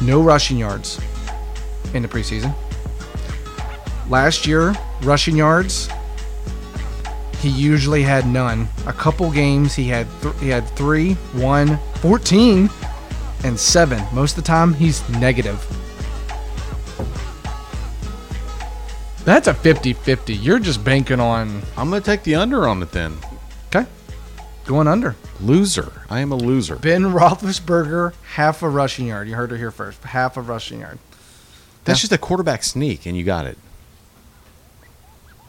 No rushing yards in the preseason. Last year, rushing yards, he usually had none. A couple games he had th- he had 3, 1, 14 and 7. Most of the time he's negative. That's a 50-50. You're just banking on
I'm gonna take the under on it then.
okay. Going under.
Loser. I am a loser.
Ben Roethlisberger, half a rushing yard. You heard her here first. Half a rushing yard.
That's
Yeah.
just a quarterback sneak, and you got it.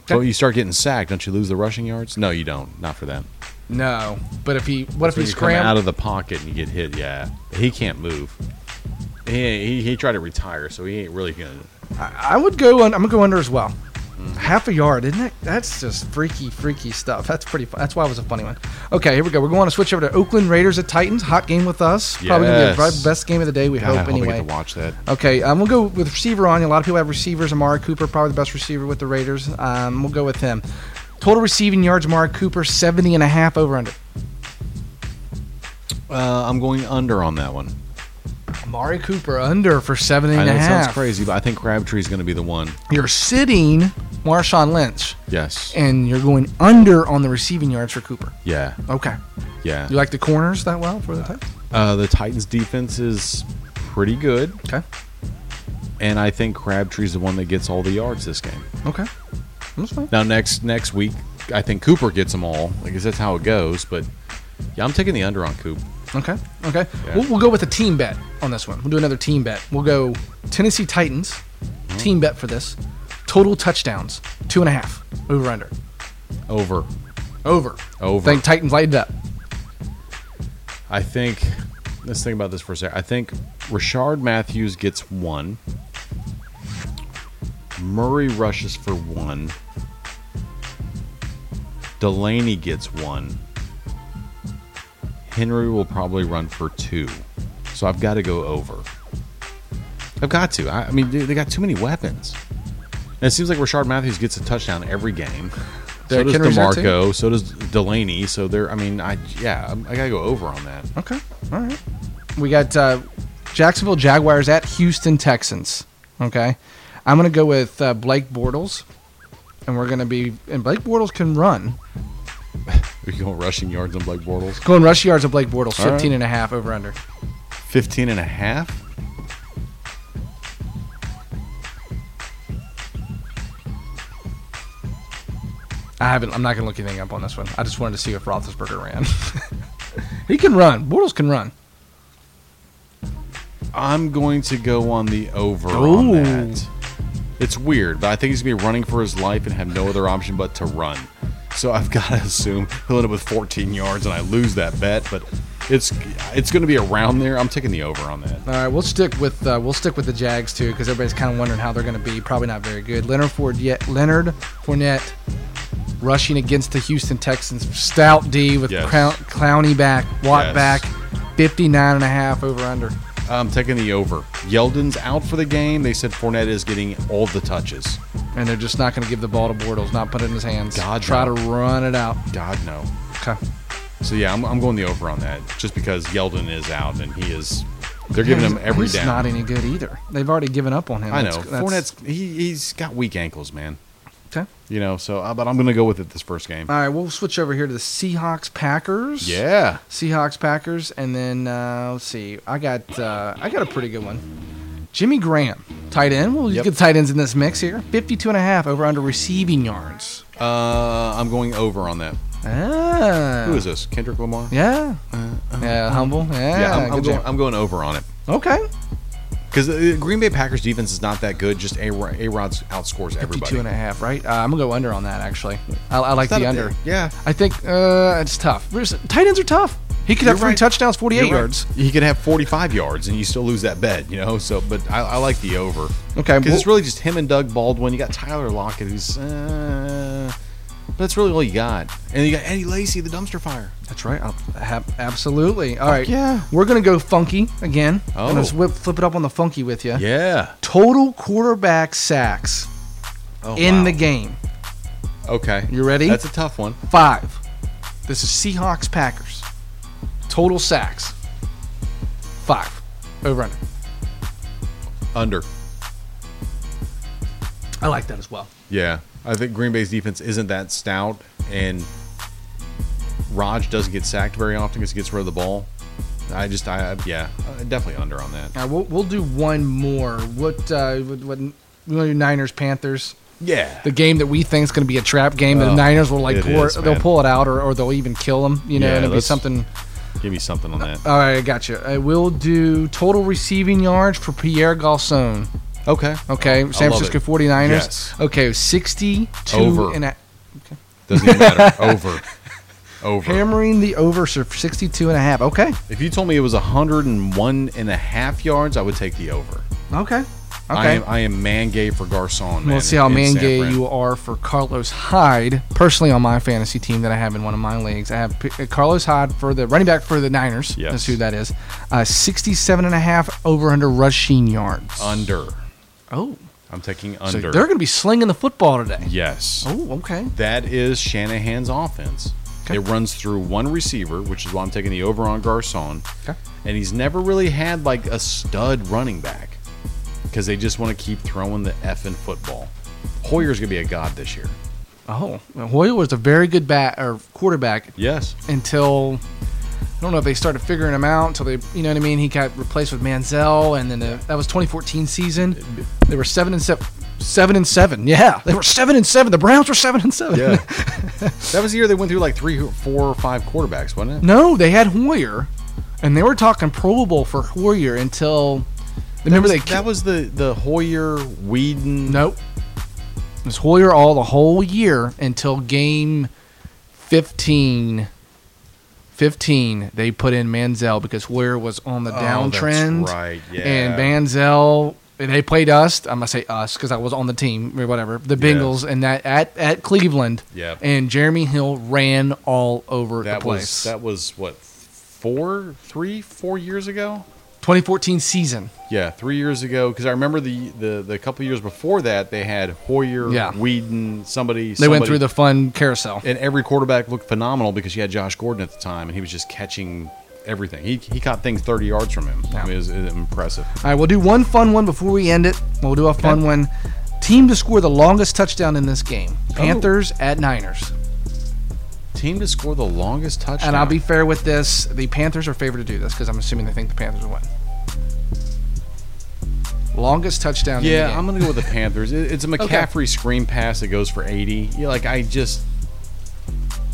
Okay.
But you start getting sacked, don't you lose the rushing yards? No, you don't. Not for them.
No, but if he, what if
When
he
you come out
scrambled?
of the pocket and you get hit, yeah, he can't move. He, he, he tried to retire, so he ain't really gonna.
I I would go. Un, I'm gonna go under as well. Half a yard, isn't it? That's just freaky, freaky stuff. That's pretty. Fun. That's why it was a funny one. Okay, here we go. We're going to switch over to Oakland Raiders at Titans. Hot game with us. Probably gonna be
Yes.
the bri- best game of the day. We
God, I
hope
hope I
anyway.
get to watch that.
Okay, um, we'll go with receiver on you. A lot of people have receivers. Amari Cooper, probably the best receiver with the Raiders. Um, we'll go with him. Total receiving yards, Amari Cooper, 70 and a half over under.
Uh, I'm going under on that one.
Amari Cooper under for 70
I
and
know
a
it
half.
sounds crazy, but I think Crabtree's gonna be the one.
You're sitting Marshawn Lynch,
Yes.
and you're going under on the receiving yards for Cooper.
Yeah.
Okay.
Yeah.
You like the corners that well for the Titans?
Uh, the Titans' defense is pretty good,
Okay.
and I think Crabtree's the one that gets all the yards this game.
Okay. That's fine.
Now next next week, I think Cooper gets them all. I guess that's how it goes. But yeah, I'm taking the under on Coop.
Okay. Okay.
Yeah.
We'll, we'll go with a team bet on this one. We'll do another team bet. We'll go Tennessee Titans,
Mm-hmm.
team bet for this. Total touchdowns, two and a half. Over under.
Over.
Over.
Over.
Think Titans light it up.
I think. Let's think about this for a second. I think Rashard Matthews gets one. Murray rushes for one. Delaney gets one. Henry will probably run for two. So I've got to go over. I've got to. I, I mean, dude, they got too many weapons. And it seems like Rashard Matthews gets a touchdown every game. So
Derrick Henry's
does
there, too?
DeMarco. So does Delaney. So they're, I mean, I, yeah, I got to go over on that.
Okay. All right. We got uh, Jacksonville Jaguars at Houston Texans. Okay. I'm going to go with uh, Blake Bortles. And we're going to be. And Blake Bortles can run.
Are you going rushing yards on Blake Bortles?
Going rush yards of Blake Bortles,
All right.
15 and a half over under.
15 and a half?
I haven't. I'm not going to look anything up on this one. I just wanted to see if Roethlisberger ran. he can run. Bortles can run.
I'm going to go on the over on
Ooh.
that. It's weird, but I think he's going to be running for his life and have no other option but to run. So I've got to assume he'll end up with 14 yards and I lose that bet, but it's it's going to be around there. I'm taking the over on that.
All right, we'll stick with uh, we'll stick with the Jags too because everybody's kind of wondering how they're going to be. Probably not very good. Leonard Ford yet Leonard Fournette rushing against the Houston Texans. Stout D with
Yes.
Crown, Clowney back, Watt
Yes.
back, 59 and a half over under.
I'm taking the over. Yeldon's out for the game. They said Fournette is getting all the touches.
And they're just not going to give the ball to Bortles, not put it in his hands.
God,
Try
no.
to run it out.
God, no.
Okay.
So yeah, I'm, I'm going the over on that just because Yeldon is out and he is. They're giving him every
He's
down.
not any good either. They've already given up on him.
I know.
That's- that's-
Fournette's he, he's got weak ankles, man.
okay.
You know, so uh, but I'm gonna go with it this first game.
All right, we'll switch over here to the Seahawks Packers.
yeah,
Seahawks Packers, and then uh, let's see. I got uh, I got a pretty good one. Jimmy Graham, tight end. Well, you
Yep.
get tight ends in this mix here. 52 and a half over under receiving yards.
uh, I'm going over on that.
Ah.
Who is this? Kendrick Lamar.
Yeah. yeah, humble. Yeah.
yeah I'm, I'm
good
going.
job.
I'm going over on it
okay.
because the Green Bay Packers defense is not that good. Just a Rod's outscores everybody.
52 and a half, right? Uh, I'm going to go under on that, actually. I, I like
It's not
the
a-
under.
Yeah,
I think uh, it's tough. There's, tight ends are tough. He could have
You're
three
right.
touchdowns, 48
You're right.
yards.
He could have 45 yards and you still lose that bet. You know, so but I, I like the over.
Okay,
because it's
well-
really just him and Doug Baldwin. You got Tyler Lockett, who's uh, but that's really all you got. And you got Eddie Lacy, the dumpster fire.
That's right. I'll have, absolutely. All right.
yeah.
We're going to go funky again.
Oh.
I'm going to flip, flip it up on the funky with you.
Yeah.
Total quarterback sacks
Oh,
in
wow.
the game.
Okay.
You ready?
That's a tough one.
Five. This is Seahawks Packers. Total sacks. Five. Over under.
Under.
I like that as well.
Yeah. I think Green Bay's defense isn't that stout, and Raj doesn't get sacked very often because he gets rid of the ball. I just, I yeah, uh, definitely under on that.
All right, we'll, we'll do one more. What, uh, what, what we want to do Niners Panthers.
Yeah.
The game that we think is going to be a trap game, the
Oh,
Niners will like
it
pour,
is,
they'll
man.
pull it out, or, or they'll even kill them. You know,
Yeah,
and it'll be
let's-
something.
Give me something on that.
All right, I got you. I will do total receiving yards for Pierre Garcon.
Okay.
Uh, Okay, San
Oh, love
Francisco
it.
49ers.
Yes.
Okay, 62
Over.
and a,
Doesn't even matter. Over. Over.
hammering the over so 62 and a half. Okay.
If you told me it was 101 and a half yards, I would take the over.
Okay.
I
Okay.
am, I am man gay for Garcon, man.
We'll see how
in
man
San
gay
Fran.
you are for Carlos Hyde. Personally, on my fantasy team that I have in one of my leagues, I have P- uh, Carlos Hyde for the running back for the Niners.
Yes.
That's who that is. Uh, 67 and a half over under rushing yards.
Under.
oh.
I'm taking
So
under.
they're going to be slinging the football today.
yes.
Oh, okay.
That is Shanahan's offense.
Okay.
It runs through one receiver, which is why I'm taking the over on Garcon.
Okay.
And he's never really had like a stud running back because they just want to keep throwing the effing football. Hoyer's going to be a god this year.
Oh, well, Hoyer was a very good bat or quarterback
Yes.
until I don't know if they started figuring him out until they, you know what I mean. He got replaced with Manziel, and then the, that was 2014 season. They were seven and seven, seven and seven. Yeah, they were seven and seven. The Browns were seven and seven.
Yeah. that was the year they went through like three, four, or five quarterbacks, wasn't it?
no, they had Hoyer, and they were talking Pro Bowl for Hoyer until.
That
Remember
was,
they
that was the the Hoyer Whedon.
Nope. It was Hoyer all the whole year until game 15. 15, they put in Manziel because Hoyer was on the
Oh, that's
downtrend.
right, yeah.
And Manziel, they played us. I'm going to say us because I was on the team or whatever, the
Yeah.
Bengals, and that at, at Cleveland.
Yep.
And Jeremy Hill ran all over
that
the place.
was that was what four, three, four years ago.
2014 season.
Yeah, three years ago. Because I remember the, the the couple years before that they had Hoyer,
Yeah.
Whedon, somebody.
They went through the fun carousel.
and every quarterback looked phenomenal because you had Josh Gordon at the time, and he was just catching everything. He he caught things thirty yards from him.
Yeah.
I mean, it was, it was impressive.
All right, we'll do one fun one before we end it. We'll do a fun
Okay.
one. Team to score the longest touchdown in this game Panthers at Niners.
Team to score the longest touchdown.
And I'll be fair with this the Panthers are favored to do this because I'm assuming they think the Panthers will win. Longest touchdown in the
Yeah,
game.
I'm gonna go with the Panthers. It, it's a
Okay.
McCaffrey screen pass that goes for 80. Yeah, like I just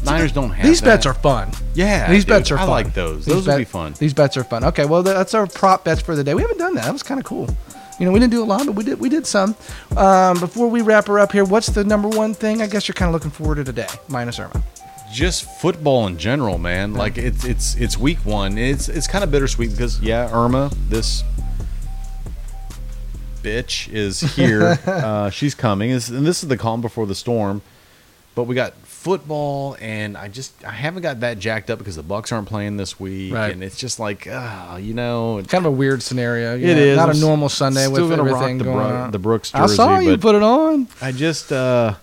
Niners don't have
These
that.
bets are fun.
yeah.
These
dude,
bets are
I
fun.
like
These
those. those would be
bet-
fun.
These bets are fun. Okay, well, that's our prop bets for the day. We haven't done that. That was kind of cool. You know, we didn't do a lot, but we did we did some. Um, before we wrap her up here, what's the number one thing I guess you're kind of looking forward to today, minus Irma?
Just football in general, man. Like it's it's it's week one. It's it's kind of bittersweet because yeah, Irma, this bitch is here. uh, she's coming. This, and this is the calm before the storm. But we got football, and I just I haven't got that jacked up because the Bucks aren't playing this week,
Right.
and it's just like ah, you know, it-
Kind of a weird scenario. you
It
know,
is.
Not
I'm
a
s-
normal Sunday
still
with
gonna rock
everything
the
going
Bro-
on.
the Brooks
I saw
jersey,
you
but-
put it on.
I just uh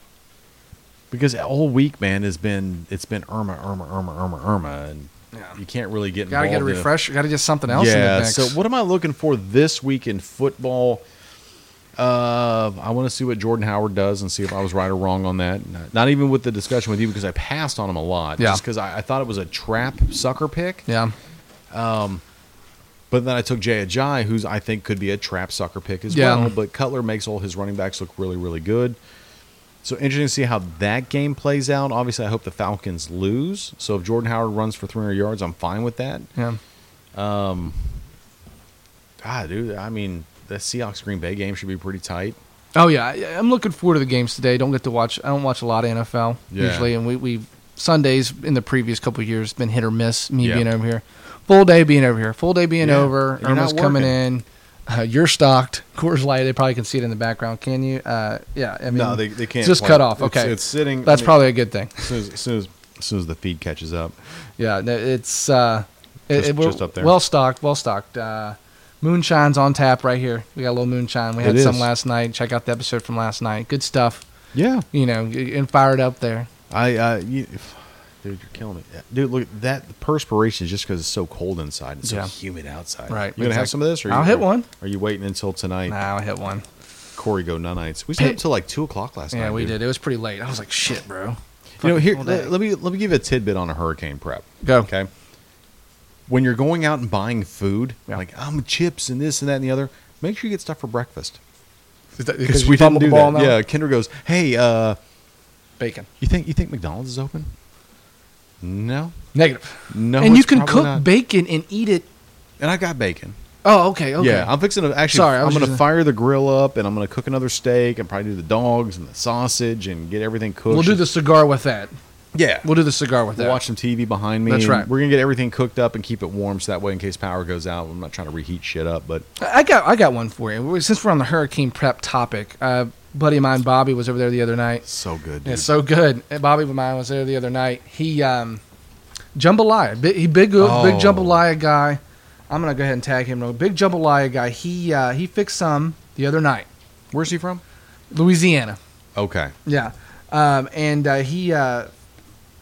because all week, man, has been it's been Irma, Irma, Irma, Irma, Irma, and
Yeah.
you can't really get
Got to get a
involved in it.
refresher. Got to get something else in the
Yeah.
mix.
So what am I looking for this week in football? Uh, I want to see what Jordan Howard does and see if I was right or wrong on that. Not- Not even with the discussion with you because I passed on him a lot.
Yeah.
Just because I, I thought it was a trap sucker pick.
Yeah.
But then I took Jay Ajay, who's I think could be a trap sucker pick as
Yeah.
well. But Cutler makes all his running backs look really, really good. So interesting to see how that game plays out. Obviously, I hope the Falcons lose. So if Jordan Howard runs for 300 yards, I'm fine with that.
Yeah.
God, dude, I mean, the Seahawks Green Bay game should be pretty tight.
Oh yeah, I- I'm looking forward to the games today. Don't get to watch. I don't watch a lot of NFL
Yeah.
usually, and we we Sundays in the previous couple of years been hit or miss. Me
Yeah.
being over here, full day being over here, full day being
Yeah.
over.
And you're
Irma's
not
coming
working.
in. Uh, you're stocked. Coors Light. They probably can see it in the background. Can you? Uh, yeah. I mean,
No, they- they can't
Just
play
cut
it.
off.
It's-
Okay.
it's sitting-
That's
I mean-
probably a good thing.
As soon as, as, soon as, as, soon as the feed catches up.
Yeah, no, it's uh, it-
Just-
it- we're
just up there.
well stocked, well stocked. Uh, moonshine's on tap right here. We got a little moonshine. We had
It
some
is.
last night. Check out the episode from last night. Good stuff.
Yeah.
You know, y- and fired up there.
I, uh, you, dude, you're killing me. Dude, look, that perspiration is just because it's so cold inside. It's
Yeah.
so humid outside.
Right,
You going to
exactly.
have some of this? Or
I'll
you,
hit one.
Are you waiting until tonight?
Nah, I hit one.
Corey go nunites. We stayed up till like two o'clock last night.
Yeah, we
dude.
did. It was pretty late. I was like, shit, bro.
You know,
Fucking
here
full day.
let, let me let me give you a tidbit on a hurricane prep.
Go.
Okay. When you're going out and buying food,
Yeah.
like um chips and this and that and the other, make sure you get stuff for breakfast.
Is that-
Because
you
we didn't
fumbled
do
the ball
that.
on
Yeah,
one?
Kinder goes, "Hey, uh,
bacon.
you think you think McDonald's is open?" No,
Negative.
no.
and you
it's
can
probably
cook
not.
bacon and eat it.
and I got bacon.
Oh, okay, okay.
Yeah, I'm fixing to actually.
Sorry, I
I'm
was
going
using-
to fire the grill up, and I'm going to cook another steak, and probably do the dogs and the sausage, and get everything cooked.
we'll do the cigar with that.
Yeah,
We'll do the cigar with
We'll
that.
watch some TV behind me.
That's
and
right.
We're gonna get everything cooked up and keep it warm, so that way, in case power goes out, I'm not trying to reheat shit up. But
I got I got one for you. Since we're on the hurricane prep topic, uh, buddy of mine Bobby was over there the other night.
so good, dude.
It's so good. And Bobby of mine was there the other night. He um, jambalaya. Big, he big uh, big
Oh.
jambalaya guy. I'm gonna go ahead and tag him. real- Big jambalaya guy. He uh, he fixed some the other night,
Where's he from?
Louisiana.
Okay,
Yeah, um, and uh, he uh,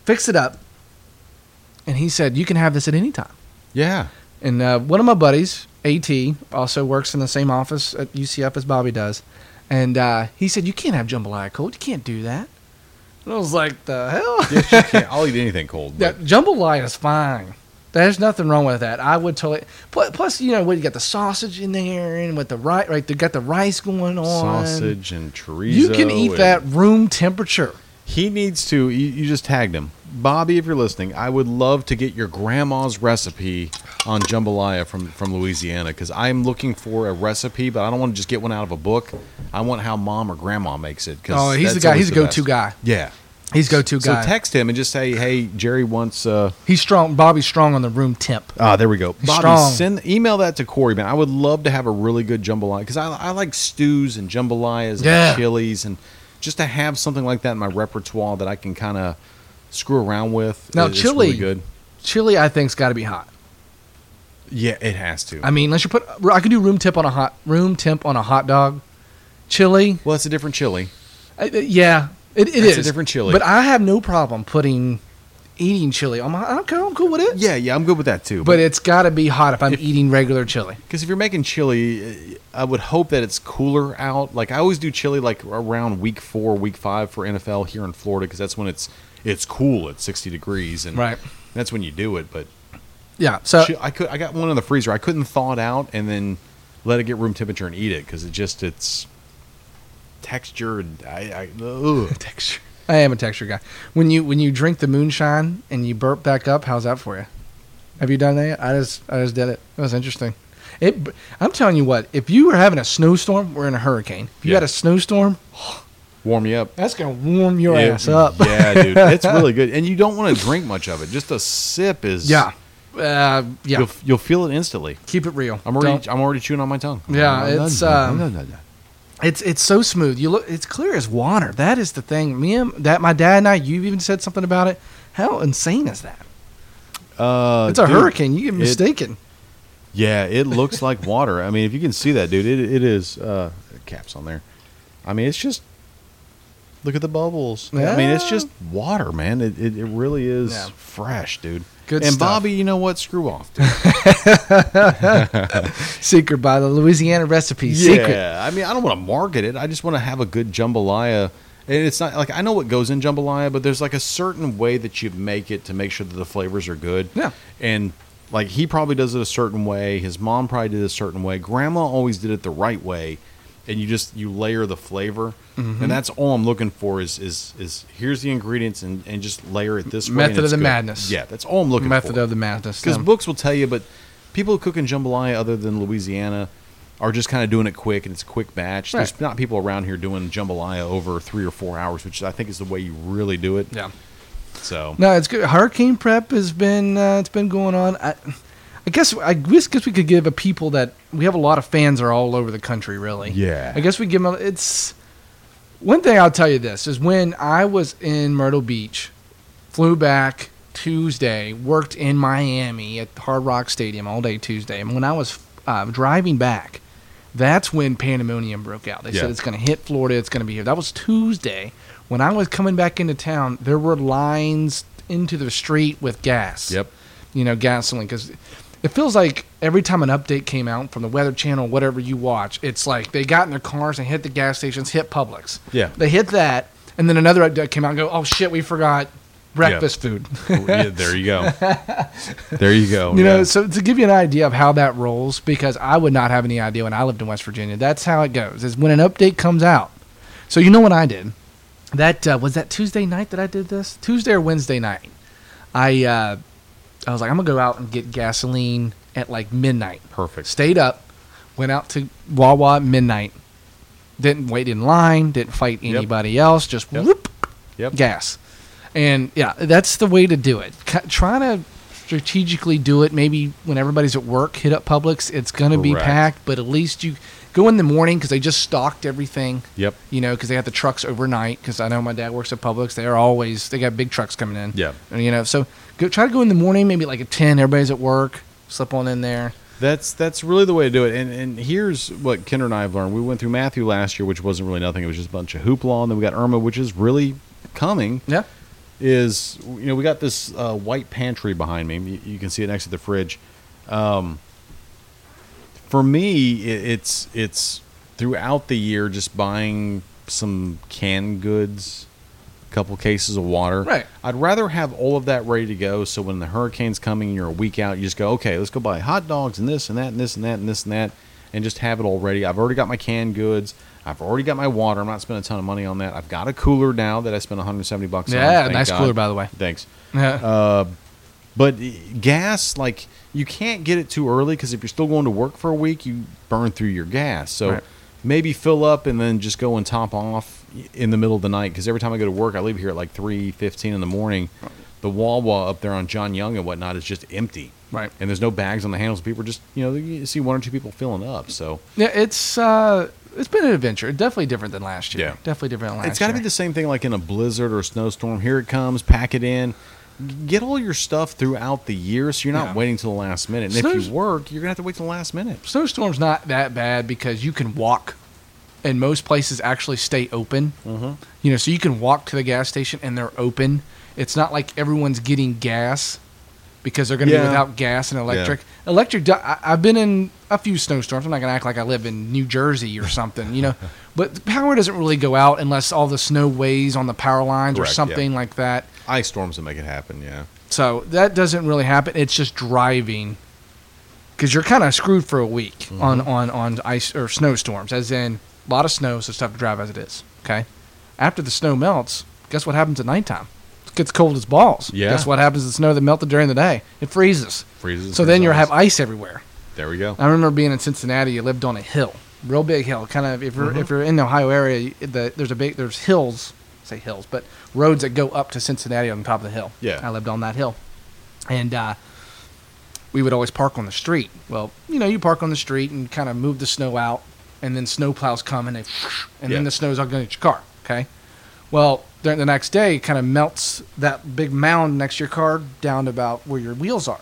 fixed it up, and he said you can have this at any time.
yeah,
And uh, one of my buddies, AT, also works in the same office at UCF as Bobby does. And uh, he said, You can't have jambalaya cold. You can't do that. And I was like, The hell?
Yes, you can. I'll eat anything cold.
Yeah,
But
jambalaya is fine. There's nothing wrong with that. I would totally. pl- Plus, you know, we got the sausage in there and with the rice, right? They got the rice going on.
sausage and chorizo.
You can eat
and-
that room temperature.
He needs to. You, you just tagged him, Bobby. If you're listening, I would love to get your grandma's recipe on jambalaya from from Louisiana because I'm looking for a recipe, but I don't want to just get one out of a book. I want how mom or grandma makes it. 'cause
Oh, he's
that's
the guy.
always
He's a
the
go-to
best.
guy.
Yeah.
He's go-to guy.
So text him and just say, "Hey, Jerry wants." Uh,
he's strong. Bobby's strong on the room temp.
ah, there we go. Bobby,
strong.
send email that to Corey, man. I would love to have a really good jambalaya because I, I like stews and jambalayas
Yeah.
and chilies and just to have something like that in my repertoire that I can kind of screw around with.
Now,
i- is
chili-
really good.
Chili, I think's got to be hot.
Yeah, it has to.
I mean, unless you put, I could do room temp on a hot room temp on a hot dog. Chili,
well, it's a different chili.
I- I- yeah, it, it is
That's a different chili.
But I have no problem putting eating chili on my. I'm cool. I'm cool with it.
Yeah, yeah, I'm good with that too.
But it's got to be hot if I'm
If-
eating regular chili.
Because if you're making chili, uh, I would hope that it's cooler out. Like I always do chili like around week four, week five for NFL here in Florida because that's when it's it's cool at 60 degrees and
Right.
that's when you do it. But
Yeah. So
chi- I could I got one in the freezer. I couldn't thaw it out and then let it get room temperature and eat it because it just it's texture. and I, I ugh.
texture. I am a texture guy. When you when you drink the moonshine and you burp back up, how's that for you? Have you done that? I just I just did it. It was interesting. It. I'm telling you what. If you were having a snowstorm, we're in a hurricane. If you
Yeah.
had a snowstorm,
warm you up.
that's gonna warm your
Yeah,
ass up.
yeah, dude, it's really good, and you don't want to drink much of it. Just a sip is
Yeah. Uh, yeah.
You'll, f- you'll feel it instantly.
Keep it real.
I'm already
Don't-
I'm already chewing on my tongue.
Yeah, it's, um, It's it's so smooth. You look. It's clear as water. That is the thing. Me and that my dad and I. You've even said something about it. How insane is that?
Uh,
It's a
dude,
hurricane. You get
it-
mistaken.
Yeah, it looks like water. I mean, if you can see that, dude, it it is uh, caps on there. I mean, it's just look at the bubbles. I mean, it's
Yeah.
just water, man. It it, it really is
Yeah.
fresh, dude.
Good
and
stuff.
Bobby, you know what? Screw off. Dude.
Secret by the Louisiana recipe. Secret.
Yeah, I mean, I don't want to market it. I just want to have a good jambalaya. And it's not like I know what goes in jambalaya, but there's like a certain way that you make it to make sure that the flavors are good.
Yeah.
And like he probably does it a certain way. His mom probably did it a certain way. Grandma always did it the right way. And you just you layer the flavor,
Mm-hmm.
and that's all I'm looking for is is is here's the ingredients and, and just layer it this way. and
Method of
it's
the madness.
Yeah, that's all I'm looking for.
Method of the madness. Um,
Because
yeah.
books will tell you, but people who cook in jambalaya other than Louisiana are just kind of doing it quick and it's a quick batch. There's
Right.
not people around here doing jambalaya over three or four hours, which I think is the way you really do it.
yeah.
So
No, it's good. Hurricane prep has been uh, it's been going on. I, I guess I guess, guess we could give a people that we have a lot of fans are all over the country. Really.
Yeah.
I guess we give them. A, it's one thing I'll tell you. This is when I was in Myrtle Beach, flew back Tuesday, worked in Miami at Hard Rock Stadium all day Tuesday, and when I was uh, driving back, that's when pandemonium broke out. They
Yeah.
said it's going to hit Florida. It's going to be here. That was Tuesday. When I was coming back into town, there were lines into the street with gas.
Yep.
You know, gasoline. Because it feels like every time an update came out from the Weather Channel, whatever you watch, it's like they got in their cars and hit the gas stations, hit Publix.
Yeah.
They hit that, and then another update came out and go, oh shit, we forgot breakfast food.
Oh, yeah, there you go. There you go.
You know,
Oh, yeah.
so to give you an idea of how that rolls, because I would not have any idea when I lived in West Virginia. That's how it goes. Is when an update comes out. So you know what I did? That uh, was that Tuesday night that I did this. Tuesday or Wednesday night. I uh, I was like, I'm gonna go out and get gasoline at like midnight.
perfect.
Stayed up, went out to Wawa at midnight. Didn't wait in line. Didn't fight
Yep.
anybody else. Just
Yep.
whoop
Yep.
gas. And yeah, that's the way to do it. Ca trying to strategically do it maybe when everybody's at work, hit up Publix. It's going to be
Correct.
packed, but at least you go in the morning because they just stocked everything.
Yep.
You know, because they have the trucks overnight. Because I know my dad works at Publix. They are always they got big trucks coming in.
Yeah.
And, you know, so go, try to go in the morning, maybe like at ten. Everybody's at work. Slip on in there.
That's that's really the way to do it. And and here's what Kinder and I have learned. We went through Matthew last year, which wasn't really nothing. It was just a bunch of hoopla, and then we got Irma, which is really coming.
Yeah.
is you know we got this uh, white pantry behind me. You, you can see it next to the fridge. Um, for me, it, it's it's throughout the year just buying some canned goods, a couple cases of water.
Right.
I'd rather have all of that ready to go. So when the hurricane's coming, and you're a week out. You just go, okay, let's go buy hot dogs and this and that and this and that and this and that, and just have it all ready. I've already got my canned goods. I've already got my water. I'm not spending a ton of money on that. I've got a cooler now that I spent 170 bucks on.
Yeah,
thank
nice
God.
cooler, by the way.
Thanks.
Yeah.
Uh, But gas, like you can't get it too early because if you're still going to work for a week, you burn through your gas. So
Right.
maybe fill up and then just go and top off in the middle of the night. Because every time I go to work, I leave here at like three fifteen in the morning. The Wawa up there on John Young and whatnot is just empty,
Right.
and there's no bags on the handles. People are just you know you see one or two people filling up. So
Yeah, it's uh, it's been an adventure. Definitely different than last year.
Yeah.
Definitely different than last
it's got to
year.
be the same thing like in a blizzard or a snowstorm. Here it comes, pack it in. G- Get all your stuff throughout the year so you're not
Yeah.
waiting till the last minute. And if
Snows-
you work, you're going to have to wait till the last minute.
snowstorm's not that bad because you can walk, and most places actually stay open.
Mm-hmm.
You know, so you can walk to the gas station and they're open. It's not like everyone's getting gas because they're going to
Yeah.
be without gas and electric. Electric. do- I, I've been in a few snowstorms. I'm not going to act like I live in New Jersey or something. You know, but the power doesn't really go out unless all the snow weighs on the power lines
Correct,
or
yeah.
something like that.
Ice storms that make it happen, yeah.
So that doesn't really happen. It's just driving because you're kind of screwed for a week on, on, on ice or snowstorms, as in a lot of snow, so it's tough to drive as it is. Okay. After the snow melts, guess what happens at nighttime? It gets cold as balls.
Yeah.
Guess what happens to the snow that melted during the day? It freezes.
Freezes.
So then you
freezes.
have Uh, ice everywhere.
There we go.
I remember being in Cincinnati. You lived on a hill, real big hill. Kind of if you're
Mm-hmm.
if you're in the Ohio area, you- the, there's a big there's hills, say hills, but roads that go up to Cincinnati on top of the hill.
Yeah.
I lived on that hill, and uh, we would always park on the street. Well, you know, you park on the street and kind of move the snow out, and then snow plows come and they, and
Yeah.
then the snow's all going to your car. Okay, well, during the next day, it kind of melts that big mound next to your car down to about where your wheels are.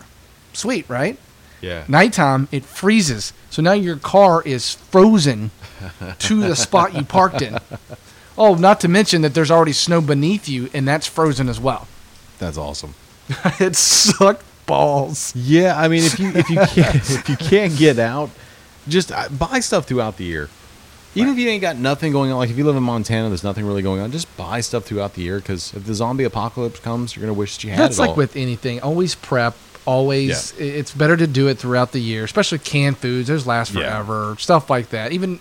Sweet, right?
Yeah.
Nighttime, it freezes. So now your car is frozen to the spot you parked in. Oh, not to mention that there's already snow beneath you, and that's frozen as well.
That's awesome.
it sucked balls.
Yeah, I mean, if you if you can't, if you can't get out, just uh, buy stuff throughout the year. Even if you ain't got nothing going on, like if you live in Montana, there's nothing really going on. Just buy stuff throughout the year because if the zombie apocalypse comes, you're gonna wish that you had
That's
it
like
all.
with anything. Always prep. Always, i- it's better to do it throughout the year, especially canned foods. Those last
Yeah.
forever. Stuff like that. Even,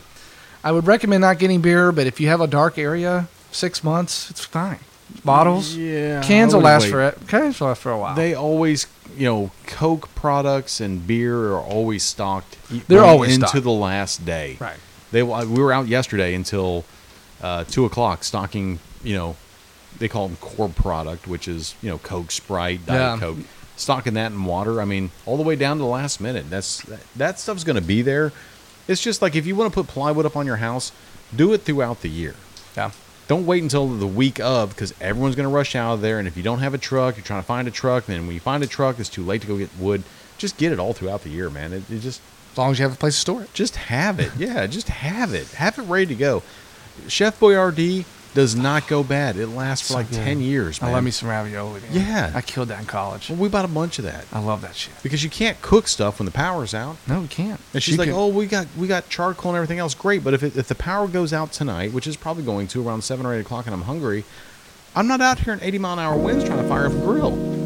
I would recommend not getting beer, but if you have a dark area, six months, it's fine. Bottles,
Yeah,
cans
I
will
would
last
wait.
for it. Cans will last for a while.
They always, you know, Coke products and beer are always stocked. e-
They're
going
always
into
stocked.
the last day.
Right.
They will- I- we were out yesterday until uh, two o'clock stocking. You know, they call them core product, which is you know Coke, Sprite, Diet
Yeah.
Coke. Stocking that in water. I mean, all the way down to the last minute. That's that, that stuff's going to be there. It's just like if you want to put plywood up on your house, do it throughout the year.
yeah.
Don't wait until the week of because everyone's going to rush out of there. And if you don't have a truck, you're trying to find a truck. Then when you find a truck, it's too late to go get wood. Just get it all throughout the year, man. It, it just
As long as you have a place to store it.
just have it. Yeah, just have it. Have it ready to go. Chef Boyardee does not go bad. It lasts for like ten years,
I
man.
love me some ravioli. man.
Yeah.
I killed that in college.
Well, we bought a bunch of that
I love that shit.
because you can't cook stuff when the power's out.
No, we can't.
And she's
You
like,
can-
"Oh, we got we got charcoal and everything else. Great, but if it, if the power goes out tonight, which is probably going to around seven or eight o'clock, and I'm hungry, I'm not out here in 80 mile an hour winds trying to fire up a grill.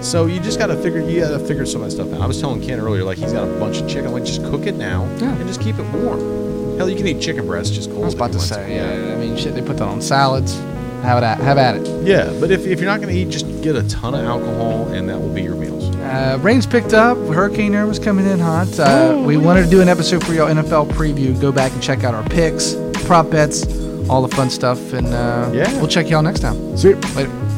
So you just got to figure you got to figure some of that stuff out. I was telling Ken earlier, like he's got a bunch of chicken. I'm like just cook it now
Yeah.
and just keep it warm. Hell, you can eat chicken breast just cold.
I was
if
about
you
to
want
say, yeah. I mean, shit, they put that on salads. Have it at, have at it.
yeah. But if, if you're not going to eat, just get a ton of alcohol, and that will be your meals.
Uh, rain's picked up. Hurricane Air was coming in hot.
Oh,
Uh, we wanted to do an episode for y'all NFL preview. Go back and check out our picks, prop bets, all the fun stuff, and uh,
Yeah.
we'll check y'all next time.
Sweet.
Later.